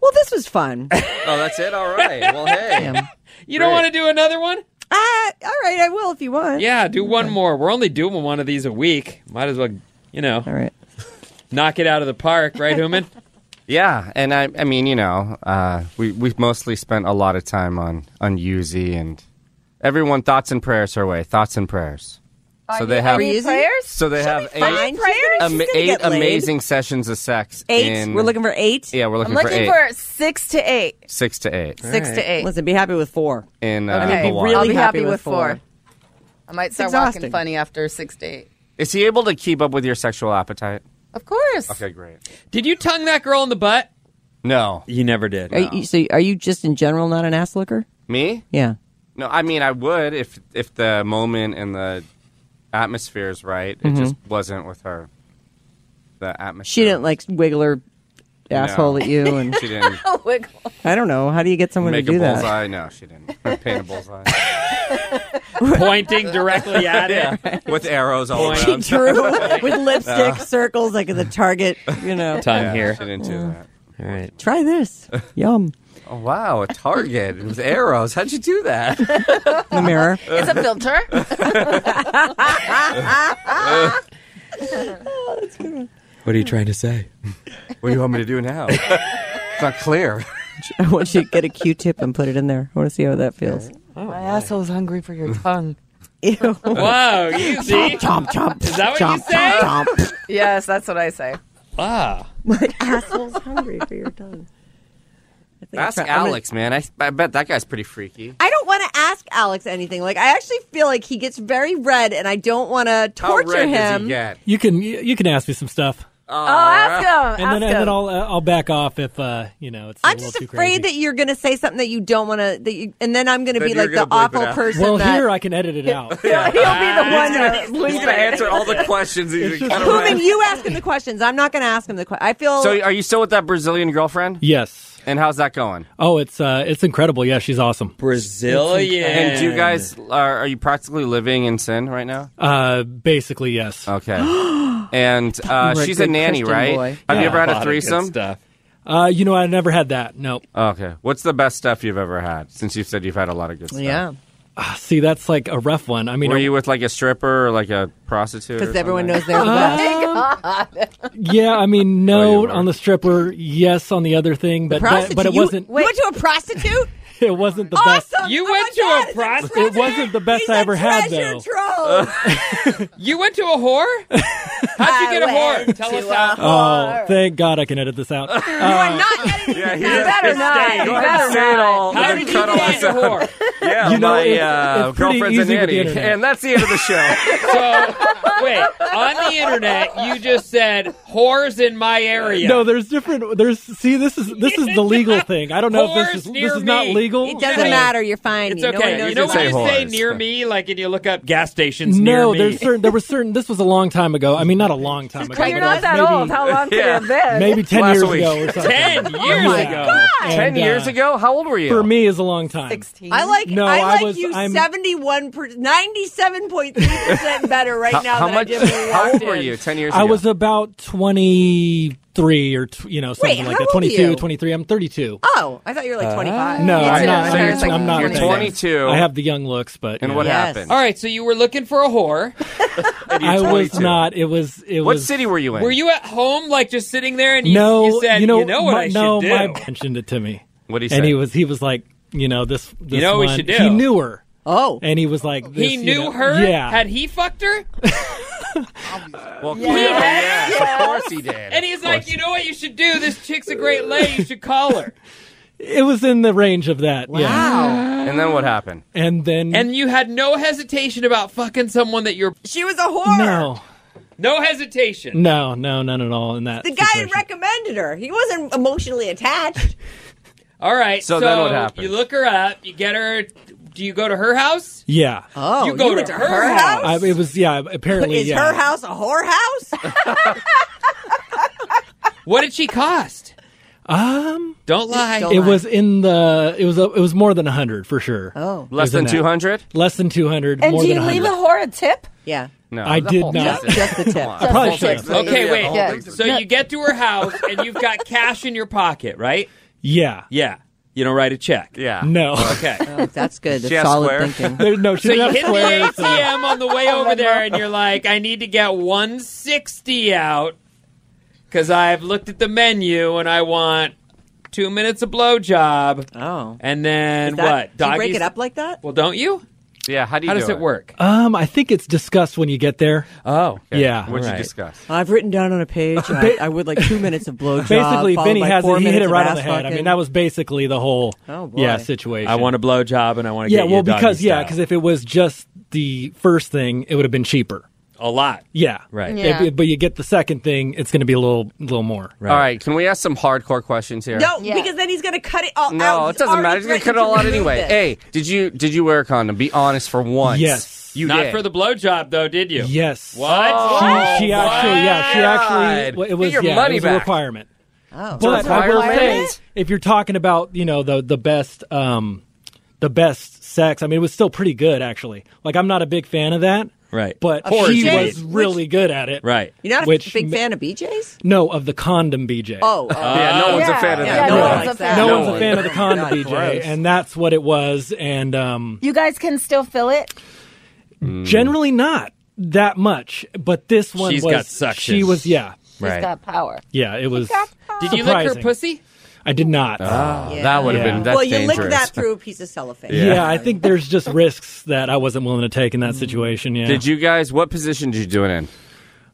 Speaker 4: Well, this was fun.
Speaker 6: Oh, that's it. All right. Well, hey.
Speaker 4: Yeah.
Speaker 5: You don't
Speaker 6: Great.
Speaker 5: want to do another one?
Speaker 4: Ah, all right, I will if you want.
Speaker 5: Yeah, do one more. We're only doing one of these a week. Might as well, you know,
Speaker 4: All right.
Speaker 5: knock it out of the park, right, Human?
Speaker 6: Yeah, and I, I mean, you know, uh, we we mostly spent a lot of time on on Uzi and everyone. Thoughts and prayers her way. Thoughts and prayers. So they have.
Speaker 7: Are you
Speaker 4: Easy?
Speaker 7: prayers?
Speaker 6: So they have
Speaker 4: Fine.
Speaker 6: eight,
Speaker 4: She's gonna-
Speaker 6: ama-
Speaker 4: she's gonna
Speaker 6: eight
Speaker 4: get laid.
Speaker 6: amazing sessions of sex.
Speaker 4: 8
Speaker 6: in-
Speaker 4: We're looking for eight.
Speaker 6: Yeah, we're
Speaker 7: I'm
Speaker 6: looking,
Speaker 7: looking
Speaker 6: for, eight,
Speaker 7: for six to eight.
Speaker 6: six to eight
Speaker 7: Six to eight.
Speaker 4: Listen, be happy with four.
Speaker 6: in uh,
Speaker 7: Okay.
Speaker 6: Hawaii.
Speaker 4: really
Speaker 7: I'll be
Speaker 4: happy
Speaker 7: happy
Speaker 4: with
Speaker 7: with four.
Speaker 4: four.
Speaker 7: I might start
Speaker 4: exhausting.
Speaker 7: walking funny after six to eight.
Speaker 6: Is he able to keep up with your sexual appetite?
Speaker 7: Of course.
Speaker 6: Okay, great.
Speaker 5: Did you tongue that girl in the butt?
Speaker 6: No,
Speaker 5: You never did.
Speaker 4: Are you, so, are you just in general not an ass looker?
Speaker 6: me?
Speaker 4: Yeah.
Speaker 6: No, I mean I would if if the moment and the atmosphere is right. It just wasn't with her. The atmosphere.
Speaker 4: She didn't like wiggle her asshole at you, and
Speaker 6: She didn't
Speaker 7: Wiggle.
Speaker 4: I don't know. How do you get someone
Speaker 6: make
Speaker 4: to
Speaker 6: a
Speaker 4: do that?
Speaker 6: bullseye. No, she didn't paint a bullseye
Speaker 5: Pointing directly at it.
Speaker 6: with arrows all
Speaker 5: Point.
Speaker 4: She
Speaker 6: around.
Speaker 4: drew with lipstick circles like the target. You know.
Speaker 5: Tongue
Speaker 6: Yeah,
Speaker 5: here.
Speaker 6: She didn't do that.
Speaker 5: All right.
Speaker 4: Try this. Yum.
Speaker 6: Oh wow, a target with arrows. How'd you do that?
Speaker 4: In the mirror.
Speaker 7: It's a filter.
Speaker 5: What are you trying to say?
Speaker 6: What do you want me to do now? it's not clear.
Speaker 4: I want you to get a Q-tip and put it in there. I want to see how that feels.
Speaker 7: My asshole's hungry for your tongue.
Speaker 4: Ew. Chomp,
Speaker 5: Whoa, you see?
Speaker 4: chomp.
Speaker 5: Is that what you
Speaker 4: chomp,
Speaker 5: say?
Speaker 4: chomp, chomp.
Speaker 7: yes, that's what I say.
Speaker 5: Wow.
Speaker 4: My asshole's hungry for your tongue. I think
Speaker 6: Ask
Speaker 4: I'm try- I'm gonna-
Speaker 6: Alex, man. I, I bet that guy's pretty freaky.
Speaker 4: I don't want to ask Alex anything. Like I actually feel like he gets very red, and I don't want to
Speaker 6: How
Speaker 4: torture
Speaker 6: red does
Speaker 4: him.
Speaker 6: he get?
Speaker 8: You can you you can ask me some stuff,
Speaker 7: Oh, ask him.
Speaker 8: and
Speaker 7: ask
Speaker 8: then and then
Speaker 7: him.
Speaker 8: I'll uh, I'll back off if uh you know it's. a
Speaker 4: I'm
Speaker 8: little
Speaker 4: just
Speaker 8: too
Speaker 4: afraid that
Speaker 8: crazy.
Speaker 4: you're going to say something that you don't want to. That you, and then I'm going to
Speaker 6: Then
Speaker 4: be
Speaker 6: you're
Speaker 4: like the
Speaker 6: gonna bleep
Speaker 4: awful
Speaker 6: it out.
Speaker 4: person.
Speaker 8: Well,
Speaker 4: that,
Speaker 8: here I can edit it out.
Speaker 4: he'll be the one that.
Speaker 6: He's gonna answer all the questions. He's kind of
Speaker 4: Pullman, you ask him the questions. I'm not going to ask him the questions. I feel.
Speaker 6: So, are you still with that Brazilian girlfriend?
Speaker 8: Yes.
Speaker 6: And how's that going?
Speaker 8: Oh, it's uh it's incredible. Yeah, she's awesome.
Speaker 5: Brazilian.
Speaker 6: And do you guys are, are you practically living in sin right now?
Speaker 8: Uh, basically yes.
Speaker 6: Okay. and uh,
Speaker 4: You're a
Speaker 6: she's a
Speaker 4: good
Speaker 6: nanny,
Speaker 4: Christian
Speaker 6: right?
Speaker 4: boy.
Speaker 6: Have you ever had
Speaker 5: lot
Speaker 6: a
Speaker 5: of good
Speaker 6: threesome?
Speaker 5: Stuff.
Speaker 8: Uh, you know I never had that. No.
Speaker 6: Okay. What's the best stuff you've ever had? Since you've said you've had a lot of good stuff.
Speaker 4: yeah,
Speaker 8: See, that's like a rough one. I mean,
Speaker 6: Were you with like a stripper or like a prostitute?
Speaker 4: because
Speaker 6: or
Speaker 4: everyone
Speaker 6: something?
Speaker 4: knows they're the best.
Speaker 8: yeah, I mean,
Speaker 6: Oh, you
Speaker 8: no
Speaker 6: were.
Speaker 8: on the stripper, yes on the other thing, but that,
Speaker 4: Prostitute.
Speaker 8: but it
Speaker 4: You-
Speaker 8: wasn't
Speaker 4: You, went to a prostitute?
Speaker 8: it wasn't the best.
Speaker 4: awesome.
Speaker 5: You
Speaker 4: Oh my
Speaker 5: went to a
Speaker 4: God, it's
Speaker 5: prostitute?
Speaker 4: treasure-
Speaker 8: It wasn't the best
Speaker 4: He's
Speaker 8: I
Speaker 4: a
Speaker 8: ever had,
Speaker 4: treasure
Speaker 8: though.
Speaker 4: Trove.
Speaker 5: You went to a whore? How'd you get a whore? Tell us how.
Speaker 8: Oh, thank God I can edit this out.
Speaker 4: I'm not editing
Speaker 6: Yeah, he
Speaker 7: You better not. You
Speaker 6: Go ahead
Speaker 7: better
Speaker 6: and say it
Speaker 7: not.
Speaker 6: all.
Speaker 5: How
Speaker 6: Then
Speaker 5: did you
Speaker 6: cut all
Speaker 5: get
Speaker 6: this
Speaker 5: a
Speaker 6: out.
Speaker 5: whore?
Speaker 6: Yeah,
Speaker 8: You know,
Speaker 6: my
Speaker 8: it's-
Speaker 6: uh,
Speaker 8: it's pretty
Speaker 6: girlfriend's a
Speaker 8: easy with the
Speaker 6: nanny.
Speaker 8: internet.
Speaker 6: And that's the end of the show.
Speaker 5: So wait, on the internet, you just said whores in my area.
Speaker 8: No, there's different. There's see, this is this is the legal thing. I don't know if this
Speaker 5: Whores
Speaker 8: is
Speaker 5: near
Speaker 8: this is not
Speaker 5: me.
Speaker 8: legal.
Speaker 4: It doesn't
Speaker 8: No.
Speaker 4: matter. You're fine.
Speaker 5: it's
Speaker 4: You know,
Speaker 5: okay.
Speaker 4: I
Speaker 5: you know
Speaker 4: you
Speaker 5: when you
Speaker 6: whore.
Speaker 5: say
Speaker 6: whores.
Speaker 5: near me, like, and you look up gas stations near
Speaker 8: No,
Speaker 5: me.
Speaker 8: there's certain. There were certain. This was a long time ago. I mean, not a long time ago.
Speaker 7: You're
Speaker 8: but
Speaker 7: not
Speaker 8: it was
Speaker 7: that
Speaker 8: maybe,
Speaker 7: old. How long could
Speaker 6: Yeah.
Speaker 7: it have been?
Speaker 8: Maybe ten
Speaker 6: Last
Speaker 8: years
Speaker 6: week.
Speaker 8: ago or something. Oh
Speaker 5: ten years ago.
Speaker 8: And,
Speaker 6: Ten years
Speaker 8: uh,
Speaker 6: ago? How old were you?
Speaker 8: For me is a long time.
Speaker 7: 16.
Speaker 4: I like
Speaker 8: No,
Speaker 4: I
Speaker 8: I
Speaker 4: like
Speaker 8: was-
Speaker 4: you
Speaker 8: I'm-
Speaker 4: 71 per, 97.3% better right
Speaker 6: How,
Speaker 4: now
Speaker 6: how
Speaker 4: than I
Speaker 6: much?
Speaker 4: did when we
Speaker 6: How
Speaker 4: walked
Speaker 6: old were
Speaker 4: in.
Speaker 6: you? Ten years ago.
Speaker 8: I was about twenty three or tw- you know something
Speaker 4: Wait,
Speaker 8: like
Speaker 4: how
Speaker 8: that.
Speaker 4: old are
Speaker 8: 22,
Speaker 4: you?
Speaker 8: 23. I'm thirty two.
Speaker 4: Oh, I thought you were like 25.
Speaker 8: Uh, No,
Speaker 7: Yeah,
Speaker 8: I'm
Speaker 7: so
Speaker 8: not.
Speaker 7: that's
Speaker 8: I'm,
Speaker 7: fair. It's like
Speaker 8: I'm not.
Speaker 7: you're
Speaker 8: that.
Speaker 6: 22.
Speaker 8: I have the young looks, but
Speaker 6: And
Speaker 8: yeah.
Speaker 6: what
Speaker 4: Yes.
Speaker 6: happened?
Speaker 5: All right, so you were looking for a whore.
Speaker 6: You're
Speaker 8: I was
Speaker 6: 22.
Speaker 8: not. It was. It
Speaker 6: What
Speaker 8: was.
Speaker 6: city were you in?
Speaker 5: Were you at home, like just sitting there, and you,
Speaker 8: no,
Speaker 5: you said,
Speaker 8: know,
Speaker 5: what
Speaker 8: my,
Speaker 5: I should
Speaker 8: no,
Speaker 5: do?"
Speaker 8: my mentioned it to me,
Speaker 6: What did he
Speaker 8: and
Speaker 6: say?
Speaker 8: he was. He was like, you know, this. this
Speaker 5: know what we
Speaker 8: one-
Speaker 5: should do?
Speaker 8: He knew her,
Speaker 4: Oh.
Speaker 8: and he was like, this,
Speaker 5: he
Speaker 8: you
Speaker 5: knew
Speaker 8: know-
Speaker 5: her.
Speaker 8: Yeah,
Speaker 5: Had he fucked her?
Speaker 6: Well, clearly, yes, Of course he did.
Speaker 5: And he's like, "You know what you should do? This chick's a great lady. You should call her."
Speaker 8: It was in the range of that. Yeah.
Speaker 6: And then what happened?
Speaker 8: And then
Speaker 5: And you had no hesitation about fucking someone that you're
Speaker 9: She was a whore.
Speaker 8: no,
Speaker 5: no hesitation.
Speaker 8: no, no, none at all in that.
Speaker 9: The guy
Speaker 8: situation.
Speaker 9: had recommended her. He wasn't emotionally attached.
Speaker 5: All right.
Speaker 6: So then what happened?
Speaker 5: You look her up. You get her. Do you go to her house?
Speaker 8: yeah.
Speaker 9: Oh,
Speaker 5: you go
Speaker 9: went
Speaker 5: to her house?
Speaker 8: I, it was yeah. Apparently,
Speaker 9: Is
Speaker 8: yeah.
Speaker 9: her house a whore house?
Speaker 5: What did she cost?
Speaker 8: Um,
Speaker 5: Don't lie.
Speaker 8: it was in the. It was. A, it was more than hundred for sure. Oh,
Speaker 6: Less than two hundred?
Speaker 8: Less than two hundred.
Speaker 2: And
Speaker 8: more
Speaker 2: do you
Speaker 8: than
Speaker 2: leave
Speaker 8: 100.
Speaker 2: a whore a tip?
Speaker 9: yeah.
Speaker 6: No,
Speaker 8: I
Speaker 6: the
Speaker 8: did
Speaker 6: whole
Speaker 8: not.
Speaker 6: thing.
Speaker 4: Just the tip.
Speaker 6: Come on.
Speaker 8: Probably
Speaker 2: Just
Speaker 8: should
Speaker 2: a
Speaker 8: have.
Speaker 2: tip.
Speaker 5: Okay, wait.
Speaker 2: Yeah.
Speaker 5: So you get to her house and you've got cash in your pocket, right?
Speaker 8: Yeah.
Speaker 5: Yeah. You don't write a check.
Speaker 6: Yeah.
Speaker 8: No.
Speaker 5: Okay.
Speaker 4: Oh, that's good. That's
Speaker 6: She has
Speaker 4: solid
Speaker 6: square.
Speaker 4: thinking.
Speaker 8: There's no. She
Speaker 5: So you
Speaker 8: didn't
Speaker 5: hit the
Speaker 8: have squares and-
Speaker 5: ATM on the way
Speaker 8: Oh,
Speaker 5: over there, and you're like, I need to get 160 out because I've looked at the menu and I want two minutes of blowjob,
Speaker 4: Oh.
Speaker 5: and then
Speaker 4: That-
Speaker 5: what?
Speaker 4: Do you break
Speaker 5: Doggy
Speaker 4: it up like that?
Speaker 5: Well, don't you?
Speaker 6: Yeah, how do you
Speaker 5: How
Speaker 6: do
Speaker 5: does it work?
Speaker 8: Um, I think it's discussed when you get there.
Speaker 5: Oh,
Speaker 8: Yeah.
Speaker 6: What'd you
Speaker 5: Right.
Speaker 6: discuss?
Speaker 4: I've written down on a page. I, I would like two minutes of blowjob.
Speaker 8: Basically,
Speaker 4: followed
Speaker 8: Vinny
Speaker 4: by
Speaker 8: has
Speaker 4: four
Speaker 8: it. He hit
Speaker 4: minutes
Speaker 8: it
Speaker 4: of
Speaker 8: right
Speaker 4: ass
Speaker 8: on the head. I
Speaker 4: fucking.
Speaker 8: mean, that was basically the whole
Speaker 4: Oh, boy.
Speaker 8: yeah situation.
Speaker 5: I want a blowjob and I want to
Speaker 8: yeah.
Speaker 5: get you
Speaker 8: Well,
Speaker 5: a doggy
Speaker 8: because yeah,
Speaker 5: style.
Speaker 8: because if it was just the first thing, it would have been cheaper.
Speaker 5: a lot.
Speaker 8: Yeah.
Speaker 5: Right.
Speaker 8: If-
Speaker 7: Yeah.
Speaker 8: but you get the second thing, it's going to be a little, little more.
Speaker 5: Right.
Speaker 6: All right, can we ask some hardcore questions here?
Speaker 9: No,
Speaker 7: Yeah.
Speaker 9: because then he's going to cut it all out.
Speaker 6: No,
Speaker 9: He's
Speaker 6: it doesn't
Speaker 9: already
Speaker 6: matter. He's gonna cut
Speaker 9: threatened
Speaker 6: it all
Speaker 9: to
Speaker 6: out
Speaker 9: remove
Speaker 6: anyway.
Speaker 9: it.
Speaker 6: Hey, did you did you wear a condom? Be honest for once.
Speaker 8: Yes.
Speaker 6: you
Speaker 5: Not
Speaker 6: did.
Speaker 5: for the blowjob though, did you?
Speaker 8: Yes.
Speaker 5: What?
Speaker 4: Oh.
Speaker 5: Oh,
Speaker 8: She, she actually, yeah, she actually, well, it was,
Speaker 6: Get your
Speaker 8: yeah,
Speaker 6: money
Speaker 8: it was a
Speaker 6: back.
Speaker 8: requirement.
Speaker 4: Oh.
Speaker 8: But I will say,
Speaker 6: Requirement?
Speaker 8: if you're talking about, you know, the the best, um, the best sex, I mean, it was still pretty good actually. Like, I'm not a big fan of that,
Speaker 5: Right.
Speaker 8: But
Speaker 5: Of course
Speaker 8: she
Speaker 5: you
Speaker 8: was
Speaker 5: did.
Speaker 8: really good at it,
Speaker 5: Right.
Speaker 4: You're not a
Speaker 8: Which
Speaker 4: big
Speaker 8: ma- Uh,
Speaker 4: fan of BJ's?
Speaker 8: No, of the condom BJ.
Speaker 4: Oh, oh.
Speaker 6: Yeah, no one's a fan of
Speaker 7: Yeah,
Speaker 6: that.
Speaker 7: no
Speaker 8: No
Speaker 7: one's
Speaker 8: one.
Speaker 7: a fan.
Speaker 8: no,
Speaker 6: No
Speaker 8: one's
Speaker 6: one.
Speaker 8: a fan of the condom
Speaker 4: God,
Speaker 8: BJ,
Speaker 6: gross.
Speaker 8: and that's what it was. And um,
Speaker 7: You guys can still fill it.
Speaker 8: generally not that much, but this one
Speaker 5: Hmm. She's
Speaker 8: was.
Speaker 5: got suction.
Speaker 8: She was, yeah,
Speaker 7: She's got power.
Speaker 8: yeah. It was.
Speaker 5: Did you lick her
Speaker 8: surprising.
Speaker 5: pussy?
Speaker 8: I did not.
Speaker 6: Ah, That would have
Speaker 8: Yeah.
Speaker 6: been that's
Speaker 9: well, you
Speaker 6: dangerous.
Speaker 9: licked that through a piece of cellophane.
Speaker 8: Yeah. I think there's just risks that I wasn't willing to take in that situation. Yeah.
Speaker 6: Did you guys? What position did you do it in?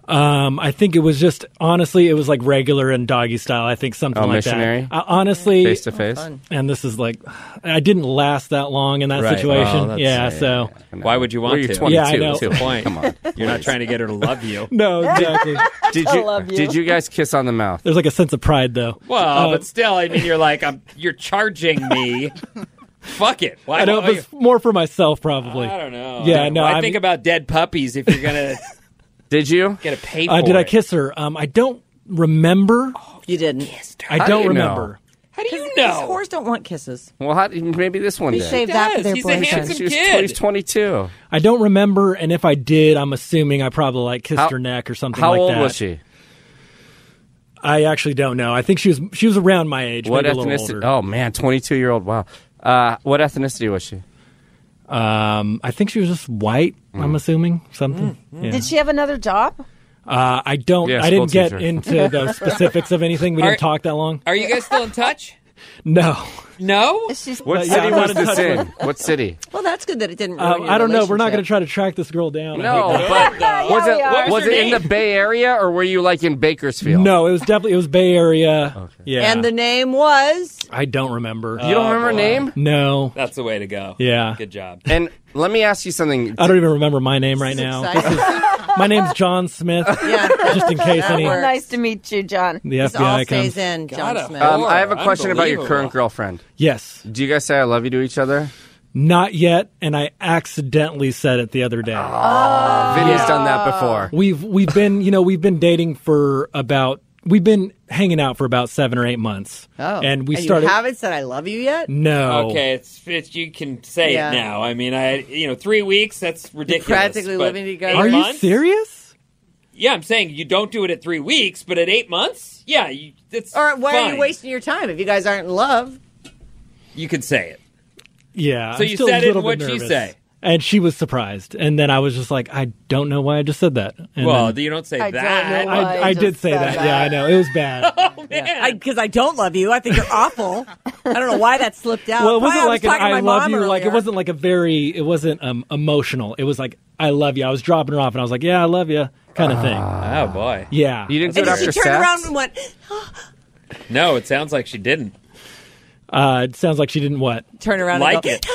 Speaker 8: Um, I think it was just honestly, it was like regular and doggy style. I think something
Speaker 6: Oh,
Speaker 8: like
Speaker 6: missionary?
Speaker 8: that. I, honestly,
Speaker 6: Face to face.
Speaker 8: and this is like, I didn't last that long in that
Speaker 5: Right.
Speaker 8: situation.
Speaker 5: Oh, that's-
Speaker 8: yeah,
Speaker 5: yeah,
Speaker 8: so
Speaker 5: Why would you want
Speaker 6: Well, you're
Speaker 5: to?
Speaker 6: 22.
Speaker 8: Yeah, I know.
Speaker 6: too.
Speaker 5: That's the point.
Speaker 6: Come on.
Speaker 5: You're not trying to get her to love you.
Speaker 8: no, exactly.
Speaker 6: Did you, Did you guys kiss on the mouth?
Speaker 8: There's like a sense of pride though.
Speaker 5: Well,
Speaker 8: Uh,
Speaker 5: but still, I mean, you're like, I'm, you're charging me. Fuck it. Why
Speaker 8: I know
Speaker 5: don't
Speaker 8: it was more for myself probably.
Speaker 5: you? I don't know.
Speaker 8: Yeah, no,
Speaker 5: Why
Speaker 8: I'm-
Speaker 5: think about dead puppies if you're gonna
Speaker 6: Did you?
Speaker 5: get a pay for
Speaker 8: Uh, did I
Speaker 5: it?
Speaker 8: kiss her? Um, I don't remember.
Speaker 4: You didn't.
Speaker 8: I
Speaker 6: Oh, How do
Speaker 8: don't
Speaker 6: you know?
Speaker 8: remember.
Speaker 5: How do you
Speaker 4: These
Speaker 5: know?
Speaker 4: whores don't want kisses.
Speaker 6: Well, how, maybe this one did.
Speaker 4: Save that for
Speaker 5: does.
Speaker 4: their
Speaker 5: He's a
Speaker 4: boyfriend.
Speaker 5: handsome
Speaker 6: She was,
Speaker 5: kid.
Speaker 6: she was 22.
Speaker 8: I don't remember, and if I did, I'm assuming I probably like kissed
Speaker 6: How-
Speaker 8: her neck or something
Speaker 6: How
Speaker 8: like
Speaker 6: old
Speaker 8: that.
Speaker 6: was she?
Speaker 8: I actually don't know. I think she was she was around my age,
Speaker 6: What
Speaker 8: maybe a little
Speaker 6: ethnicity?
Speaker 8: older.
Speaker 6: Oh man, 22 year old. Wow. Uh, what ethnicity was she?
Speaker 8: Um, I think she was just white.
Speaker 6: Hmm.
Speaker 8: I'm assuming something. Yeah.
Speaker 7: Did she have another job?
Speaker 8: uh, I don't.
Speaker 6: Yeah,
Speaker 8: I didn't
Speaker 6: school
Speaker 8: get
Speaker 6: teacher.
Speaker 8: into the specifics of anything. We
Speaker 5: Are-
Speaker 8: didn't talk that long.
Speaker 5: Are you guys still in touch?
Speaker 8: No,
Speaker 5: No.
Speaker 7: She's
Speaker 6: What
Speaker 8: But yeah,
Speaker 6: city
Speaker 8: I'm not
Speaker 6: was
Speaker 8: in
Speaker 6: this
Speaker 8: touch
Speaker 6: in? What city?
Speaker 4: Well, that's good that it didn't.
Speaker 8: um,
Speaker 4: ruin your
Speaker 8: I don't know. We're not going
Speaker 4: relationship.
Speaker 8: to try to track this girl down. I hate
Speaker 6: No,
Speaker 8: that.
Speaker 6: but was
Speaker 7: we
Speaker 6: it
Speaker 7: are.
Speaker 5: What
Speaker 6: was,
Speaker 5: was
Speaker 6: it
Speaker 5: her
Speaker 6: in
Speaker 5: name?
Speaker 6: the Bay Area or were you like in Bakersfield?
Speaker 8: No, it was definitely it was Bay Area. Yeah,
Speaker 4: And the name was.
Speaker 8: I don't remember. Uh,
Speaker 6: You don't remember her name?
Speaker 8: no,
Speaker 5: That's the way to go.
Speaker 8: Yeah.
Speaker 5: Good job.
Speaker 6: And let me ask you something. Um,
Speaker 8: I don't even remember my name right now. This is, my name's John Smith.
Speaker 4: Yeah,
Speaker 8: just in case any
Speaker 4: works.
Speaker 7: nice to meet you, John.
Speaker 8: the
Speaker 4: This all
Speaker 8: FBI
Speaker 4: stays
Speaker 8: comes.
Speaker 4: in, John
Speaker 5: Gotta-
Speaker 4: Smith.
Speaker 6: Um, I have a question about your
Speaker 5: Unbelievable.
Speaker 6: current girlfriend.
Speaker 8: Yes,
Speaker 6: Do you guys say I love you to each other?
Speaker 8: not yet. And I accidentally said it the other day.
Speaker 6: Ah.
Speaker 4: Uh,
Speaker 6: Vinny's done that before.
Speaker 8: We've we've been you know we've been dating for about we've been hanging out for about seven or eight months.
Speaker 4: oh,
Speaker 8: and we
Speaker 4: you
Speaker 8: started.
Speaker 4: haven't said I love you yet.
Speaker 8: no.
Speaker 5: Okay, it's, it's you can say
Speaker 4: Yeah.
Speaker 5: it now. I mean, I you know three weeks that's ridiculous.
Speaker 4: practically
Speaker 5: but
Speaker 4: living together.
Speaker 5: eight
Speaker 8: Are you
Speaker 5: months?
Speaker 8: serious?
Speaker 5: Yeah, I'm saying you don't do it at three weeks, but at eight months, yeah, you, that's
Speaker 4: Or why are
Speaker 5: fine.
Speaker 4: you wasting your time if you guys aren't in love?
Speaker 5: You can say it.
Speaker 8: Yeah.
Speaker 5: So
Speaker 8: I'm
Speaker 5: you
Speaker 8: still
Speaker 5: said
Speaker 8: a
Speaker 5: it,
Speaker 8: little
Speaker 5: what'd
Speaker 8: bit
Speaker 5: she
Speaker 8: nervous.
Speaker 5: say?
Speaker 8: And she was surprised. And then I was just like, I don't know why I just said that. And
Speaker 5: well,
Speaker 8: then-
Speaker 5: you don't say
Speaker 7: I don't
Speaker 5: that.
Speaker 7: know
Speaker 8: I,
Speaker 7: why.
Speaker 8: I,
Speaker 7: I
Speaker 8: did
Speaker 7: just
Speaker 8: say
Speaker 7: said
Speaker 8: that.
Speaker 7: that.
Speaker 8: Yeah, I know. It was bad.
Speaker 5: Oh, man.
Speaker 4: Because I, don't love you. I think you're awful. I don't know why that slipped out.
Speaker 8: well, it
Speaker 4: Probably
Speaker 8: wasn't
Speaker 4: I was
Speaker 8: like an
Speaker 4: talking to my
Speaker 8: I love
Speaker 4: mom
Speaker 8: you. Like it
Speaker 4: earlier.
Speaker 8: wasn't like a very. It wasn't um, emotional. It was like I love you. I was dropping her off, and I was like, Yeah, I love you, kind
Speaker 4: Ah.
Speaker 8: of thing.
Speaker 5: oh boy.
Speaker 8: Yeah.
Speaker 6: You didn't do
Speaker 4: And
Speaker 6: it
Speaker 4: then she
Speaker 6: after
Speaker 4: turned
Speaker 6: sex?
Speaker 4: around and went,
Speaker 5: No, it sounds like she didn't.
Speaker 8: Uh, it sounds like she didn't what?
Speaker 4: Turn around and
Speaker 5: Like
Speaker 4: go,
Speaker 5: it.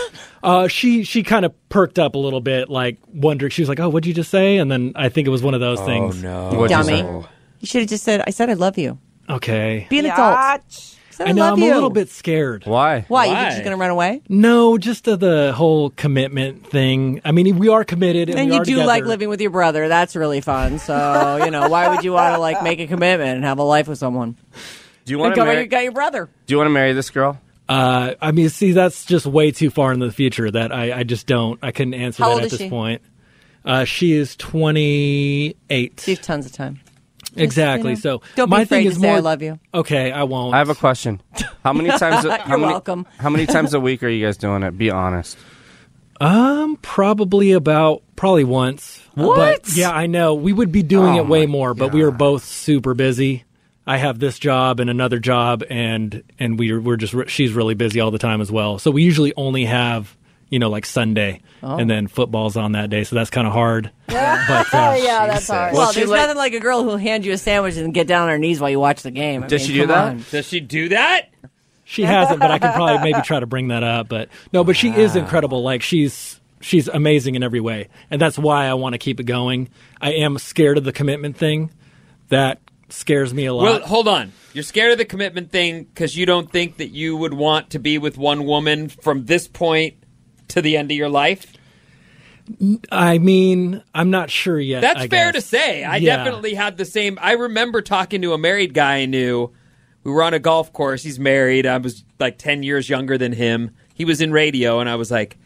Speaker 8: Uh, she she kind of perked up a little bit, like wondering. She was like, "Oh, what'd you just say?" And then I think it was one of those
Speaker 5: Oh
Speaker 8: things.
Speaker 5: no.
Speaker 6: What is
Speaker 4: Dummy.
Speaker 6: it?
Speaker 4: You should have just said, I said I love you.
Speaker 8: Okay,
Speaker 4: Be an adult. Said, I,
Speaker 8: I know
Speaker 4: love
Speaker 8: I'm
Speaker 4: you.
Speaker 8: a little bit scared.
Speaker 6: Why?
Speaker 4: Why? You think
Speaker 5: Why?
Speaker 4: she's going to run away?
Speaker 8: No, just to the whole commitment thing. I mean, we are committed, and,
Speaker 4: And
Speaker 8: we
Speaker 4: you
Speaker 8: are
Speaker 4: do
Speaker 8: together.
Speaker 4: like living with your brother. That's really fun. So, you know, why would you want to like make a commitment and have a life with someone?
Speaker 6: Do you
Speaker 4: And
Speaker 6: want to
Speaker 4: go
Speaker 6: marry?
Speaker 4: you got your brother.
Speaker 6: Do you want to marry this girl?
Speaker 8: Uh, I mean, see, that's just way too far in the future. That I, I just don't. I couldn't answer
Speaker 4: How
Speaker 8: that
Speaker 4: old
Speaker 8: at
Speaker 4: is
Speaker 8: this
Speaker 4: she?
Speaker 8: point. Uh, she is twenty
Speaker 4: You
Speaker 8: eight.
Speaker 4: have tons of time.
Speaker 8: Exactly.
Speaker 4: you know,
Speaker 8: So
Speaker 4: don't be
Speaker 8: my
Speaker 4: afraid
Speaker 8: thing
Speaker 4: to
Speaker 8: is
Speaker 4: say,
Speaker 8: more.
Speaker 4: "I love you."
Speaker 8: Okay, I won't.
Speaker 6: I have a question. How many times? a- how
Speaker 4: You're
Speaker 6: many,
Speaker 4: welcome.
Speaker 6: How many times a week are you guys doing it? Be honest.
Speaker 8: Um, probably about probably once. What? yeah, I know. We would be doing
Speaker 6: Oh
Speaker 8: it way
Speaker 6: my
Speaker 8: more, but we are both super busy. I have this job and another job, and and we're we're just re- she's really busy all the time as well. So we usually only have you know like Sunday, and then football's on that day, so that's kind of hard. But uh,
Speaker 7: Oh, yeah, that's hard.
Speaker 4: Oh, Well,
Speaker 6: she
Speaker 4: there's
Speaker 6: like-
Speaker 4: nothing like a girl who'll hand you a sandwich and get down on her knees while you watch the game. I
Speaker 6: Did
Speaker 4: mean,
Speaker 6: she do
Speaker 4: come
Speaker 6: that?
Speaker 4: on.
Speaker 5: Does she do that?
Speaker 8: she hasn't, but I can probably maybe try to bring that up. But no, but she is incredible. Like she's she's amazing in every way, and that's why I want to keep it going. I am scared of the commitment thing. That scares me a lot.
Speaker 5: Well, hold on. You're scared of the commitment thing because you don't think that you would want to be with one woman from this point to the end of your life.
Speaker 8: I mean, I'm not sure yet.
Speaker 5: That's
Speaker 8: I
Speaker 5: fair
Speaker 8: guess.
Speaker 5: to say. I
Speaker 8: Yeah.
Speaker 5: definitely had the same. I remember talking to a married guy I knew. We were on a golf course. He's married. I was like 10 years younger than him. He was in radio, and I was like,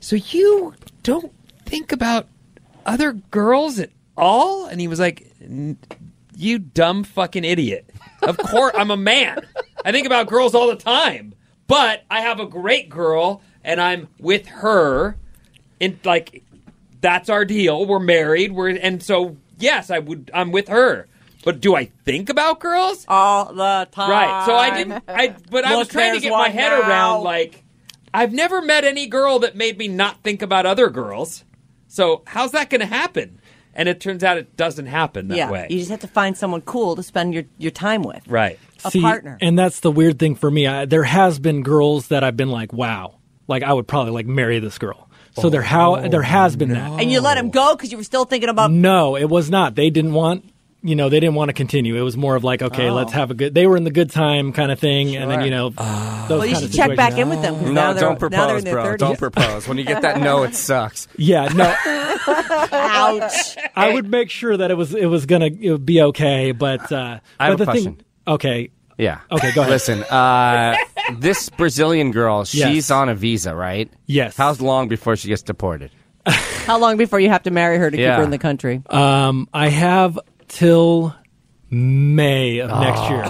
Speaker 5: So you don't think about other girls at all? And he was like, "N- You dumb fucking idiot. Of course, I'm a man. I think about girls all the time, but I have a great girl, and I'm with her. And like, that's our deal. We're married. We're and so yes, I would. I'm with her. But do I think about girls?
Speaker 4: all the time.
Speaker 5: Right. So I didn't. I but I was
Speaker 4: Look,
Speaker 5: trying to
Speaker 4: there's
Speaker 5: get my
Speaker 4: one
Speaker 5: head
Speaker 4: now.
Speaker 5: around like I've never met any girl that made me not think about other girls. So how's that going to happen? And it turns out it doesn't happen that
Speaker 4: Yeah,
Speaker 5: way.
Speaker 4: you just have to find someone cool to spend your, your time with.
Speaker 5: right.
Speaker 4: A partner.
Speaker 8: And that's the weird thing for me. I, there has been girls that I've been like, wow, like I would probably like marry this girl. So there how there has been that.
Speaker 4: And you let him go because you were still thinking about.
Speaker 8: No, it was not. They didn't want. You know, they didn't want to continue. It was more of like, okay,
Speaker 4: Oh.
Speaker 8: let's have a good. They were in the good time kind of thing, and then you know, those
Speaker 4: Uh, Well, you
Speaker 8: kind
Speaker 4: should
Speaker 8: of
Speaker 4: check back
Speaker 8: situations.
Speaker 4: in with them. 'cause
Speaker 6: No,
Speaker 4: now they're,
Speaker 6: don't
Speaker 4: now they're
Speaker 6: propose,
Speaker 4: in their
Speaker 6: bro.
Speaker 4: 30s.
Speaker 6: Don't propose. When you get that no, it sucks.
Speaker 8: Yeah, no,
Speaker 4: Ouch.
Speaker 8: I would make sure that it was it was gonna it would be okay, but uh,
Speaker 6: I have
Speaker 8: but
Speaker 6: a
Speaker 8: the
Speaker 6: question.
Speaker 8: Thing, okay,
Speaker 6: Yeah.
Speaker 8: Okay, go ahead.
Speaker 6: Listen, uh, this Brazilian girl, she's
Speaker 8: Yes.
Speaker 6: on a visa, right?
Speaker 8: yes.
Speaker 6: How long before she gets deported?
Speaker 4: How long before you have to marry her to keep
Speaker 6: Yeah.
Speaker 4: her in the country?
Speaker 8: I have till May
Speaker 6: Ah.
Speaker 8: of next year.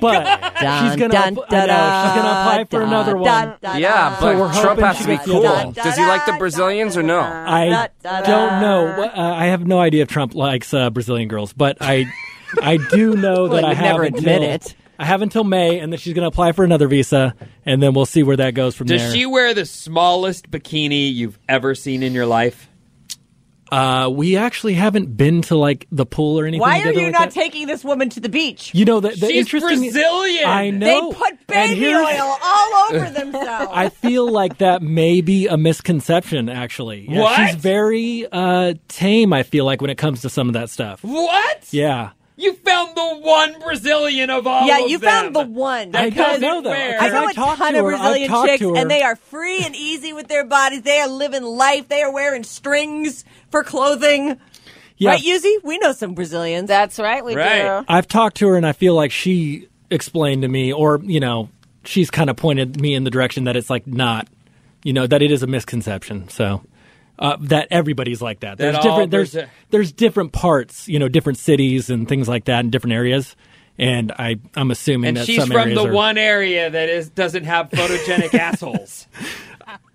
Speaker 8: but she's gonna
Speaker 4: Oh Dun,
Speaker 8: app-
Speaker 4: dun,
Speaker 8: I know, she's gonna apply for
Speaker 4: dun,
Speaker 8: another
Speaker 4: dun,
Speaker 8: one.
Speaker 4: dun, dun,
Speaker 6: yeah,
Speaker 4: dun.
Speaker 6: but
Speaker 8: So we're
Speaker 6: Trump
Speaker 8: hoping
Speaker 6: has to
Speaker 8: she
Speaker 6: be
Speaker 8: gets
Speaker 6: cool.
Speaker 8: done.
Speaker 6: uh, Does he like the Brazilians or no?
Speaker 8: I
Speaker 4: Da, da, da.
Speaker 8: don't know. Wha- Uh, I have no idea if Trump likes uh, Brazilian girls, but I I do know that
Speaker 4: Well,
Speaker 8: I
Speaker 4: you'd
Speaker 8: have
Speaker 4: never
Speaker 8: until,
Speaker 4: admit it.
Speaker 8: I have until May, and then she's gonna apply for another visa, and then we'll see where that goes from
Speaker 5: Does
Speaker 8: there.
Speaker 5: she wear the smallest bikini you've ever seen in your life?
Speaker 8: uh, we actually haven't been to like the pool or anything.
Speaker 9: Why are
Speaker 8: together
Speaker 9: you
Speaker 8: like
Speaker 9: not
Speaker 8: that.
Speaker 9: taking this woman to the beach?
Speaker 8: You know the, the
Speaker 5: She's
Speaker 8: interesting
Speaker 5: Brazilian!
Speaker 8: I know.
Speaker 9: They put
Speaker 8: and
Speaker 9: baby
Speaker 8: here's-
Speaker 9: oil all over themselves.
Speaker 8: I feel like that may be a misconception, actually. Yeah,
Speaker 5: What?
Speaker 8: She's very uh, tame, I feel like, when it comes to some of that stuff.
Speaker 5: What?
Speaker 8: Yeah.
Speaker 5: You found the one Brazilian of all.
Speaker 9: yeah,
Speaker 5: of
Speaker 9: you
Speaker 5: them.
Speaker 9: found the one.
Speaker 5: That
Speaker 8: I
Speaker 5: doesn't
Speaker 8: don't know, though.
Speaker 5: wear-
Speaker 9: I
Speaker 8: I
Speaker 9: know a
Speaker 8: talked
Speaker 9: ton
Speaker 8: to
Speaker 9: of
Speaker 8: her. I've
Speaker 9: Brazilian
Speaker 8: talked
Speaker 9: chicks,
Speaker 8: to her.
Speaker 9: and they are free and easy with their bodies. They are living life. They are wearing strings for clothing.
Speaker 8: yeah.
Speaker 4: Right, Yuzi? We know some Brazilians.
Speaker 7: That's right, we
Speaker 5: Right.
Speaker 7: do.
Speaker 8: I've talked to her, and I feel like she explained to me, or, you know, she's kind of pointed me in the direction that it's like not, you know, that it is a misconception. So. Uh, that everybody's like that. There's
Speaker 5: all
Speaker 8: different. There's
Speaker 5: Brazil-
Speaker 8: there's different parts, you know, different cities and things like that in different areas. And I I'm assuming
Speaker 5: And
Speaker 8: that
Speaker 5: she's
Speaker 8: some
Speaker 5: from
Speaker 8: areas
Speaker 5: the
Speaker 8: are-
Speaker 5: one area that is doesn't have photogenic assholes.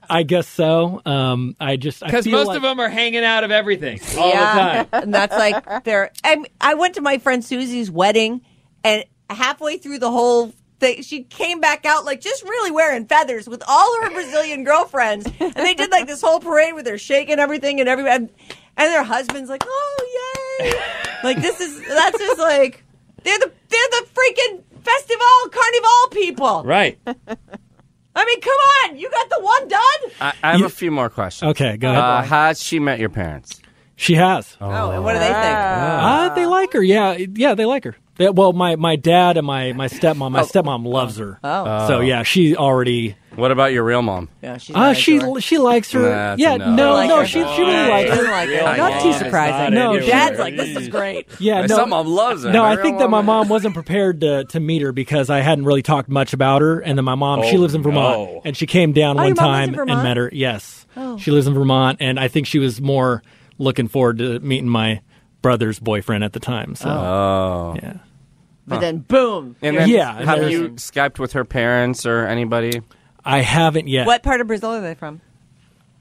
Speaker 8: I guess so. Um, I just
Speaker 5: Because most of them are hanging out of everything all the time.
Speaker 9: and that's like
Speaker 4: They're-
Speaker 9: I, I went to my friend Susie's wedding, and halfway through the whole thing, she came back out like just really wearing feathers with all her Brazilian girlfriends, and they did like this whole parade with her shaking everything and everybody, and, and their husbands like, oh yay, like this is that's just like they're the they're the freaking festival carnival people.
Speaker 5: Right.
Speaker 9: I mean, come on, you got the one done.
Speaker 6: I, I have
Speaker 8: You-
Speaker 6: a few more questions.
Speaker 8: Okay, go ahead.
Speaker 6: Uh, has she met your parents?
Speaker 8: she has.
Speaker 9: oh, and what do they think?
Speaker 8: Uh, they like her. Yeah, yeah, they like her. They, well, my, my dad and my, my stepmom. My stepmom loves her. Oh, so yeah, she already.
Speaker 6: What about your real mom?
Speaker 4: Yeah,
Speaker 5: Ah,
Speaker 4: she's
Speaker 8: Uh,
Speaker 4: not
Speaker 8: she
Speaker 4: into it.
Speaker 8: she likes her.
Speaker 6: That's
Speaker 8: yeah,
Speaker 6: a no.
Speaker 8: no, no,
Speaker 4: Like her.
Speaker 8: she she really likes
Speaker 4: Doesn't
Speaker 8: her.
Speaker 4: like it.
Speaker 6: Yeah,
Speaker 4: Not
Speaker 6: yeah,
Speaker 4: too
Speaker 6: it's
Speaker 4: surprising.
Speaker 8: not No, anywhere.
Speaker 4: dad's like, this is great.
Speaker 8: Yeah,
Speaker 6: My
Speaker 8: Uh, no,
Speaker 6: stepmom loves her.
Speaker 8: No,
Speaker 6: My
Speaker 8: I
Speaker 6: real
Speaker 8: think that my
Speaker 6: mom-
Speaker 8: mom wasn't prepared to, to meet her because I hadn't really talked much about her. And then my mom, she
Speaker 5: Oh,
Speaker 8: lives in Vermont,
Speaker 5: no.
Speaker 8: and she came down
Speaker 4: Oh,
Speaker 8: one
Speaker 4: your mom lives in
Speaker 8: time and
Speaker 4: Vermont? Oh.
Speaker 8: met her. Yes, she lives in Vermont, and I think she was more looking forward to meeting my brother's boyfriend at the time. So,
Speaker 4: Oh.
Speaker 8: yeah,
Speaker 4: But then, boom.
Speaker 6: And then
Speaker 8: Yeah,
Speaker 6: have
Speaker 8: there's-
Speaker 6: you Skyped with her parents or anybody?
Speaker 8: I haven't yet.
Speaker 4: What part of Brazil are they from?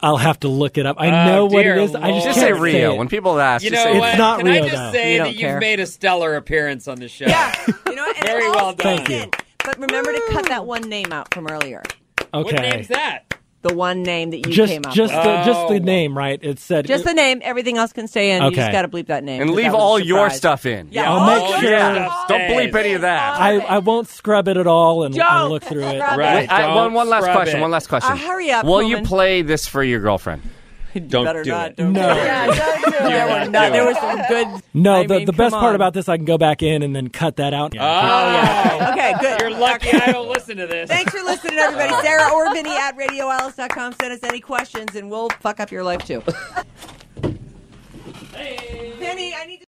Speaker 8: I'll have to look it up. I
Speaker 5: Oh,
Speaker 8: know what
Speaker 5: dear
Speaker 8: it is. I just
Speaker 5: Lord.
Speaker 6: Just
Speaker 8: can't
Speaker 6: say
Speaker 8: say
Speaker 6: Rio.
Speaker 8: it.
Speaker 6: when people ask,
Speaker 5: You
Speaker 6: just
Speaker 5: know
Speaker 6: say
Speaker 5: what?
Speaker 8: It's not
Speaker 5: Can
Speaker 8: real,
Speaker 5: I just
Speaker 8: though.
Speaker 5: say
Speaker 4: You don't
Speaker 5: that
Speaker 4: care.
Speaker 5: you've made a stellar appearance on the show?
Speaker 4: Yeah.
Speaker 9: You know, what? and
Speaker 5: Very
Speaker 9: it all
Speaker 5: well done.
Speaker 9: stays in. But remember to cut that one name out from earlier.
Speaker 5: What
Speaker 8: okay.
Speaker 5: name's that?
Speaker 4: The one name that you
Speaker 8: Just
Speaker 4: came up
Speaker 8: just
Speaker 4: with.
Speaker 8: the, just
Speaker 5: Oh.
Speaker 8: the name, right? It said
Speaker 4: Just the name. Everything else can stay in. You just
Speaker 8: Okay.
Speaker 4: got to bleep that name.
Speaker 6: and
Speaker 4: 'cause that
Speaker 6: leave
Speaker 4: was a
Speaker 6: all your
Speaker 4: surprise.
Speaker 6: stuff in.
Speaker 4: Yeah,
Speaker 8: I'll
Speaker 4: all
Speaker 8: make
Speaker 4: your
Speaker 8: sure-
Speaker 4: stuff.
Speaker 6: Don't bleep any of that.
Speaker 8: I, I won't scrub it at all and, and look through it.
Speaker 5: Right.
Speaker 6: I-
Speaker 5: don't
Speaker 6: Uh, one, one last
Speaker 5: scrub
Speaker 6: question.
Speaker 5: it.
Speaker 6: One last question.
Speaker 9: Uh, hurry up,
Speaker 6: Will you
Speaker 9: woman.
Speaker 6: play this for your girlfriend?
Speaker 5: Don't
Speaker 4: Better
Speaker 5: do
Speaker 4: not.
Speaker 5: it.
Speaker 4: Don't
Speaker 8: No.
Speaker 4: do it.
Speaker 5: There
Speaker 4: There were no- there was some good.
Speaker 8: No,
Speaker 4: I
Speaker 8: the,
Speaker 4: mean,
Speaker 8: the
Speaker 4: come
Speaker 8: best part
Speaker 4: on.
Speaker 8: about this, I can go back in and then cut that out.
Speaker 5: Oh,
Speaker 9: Okay, good.
Speaker 5: you're lucky I don't listen to this.
Speaker 9: Thanks for listening, everybody. Sarah Orbini at RadioAlice.com. Send us any questions, and we'll fuck up your life too. Penny, I need. to-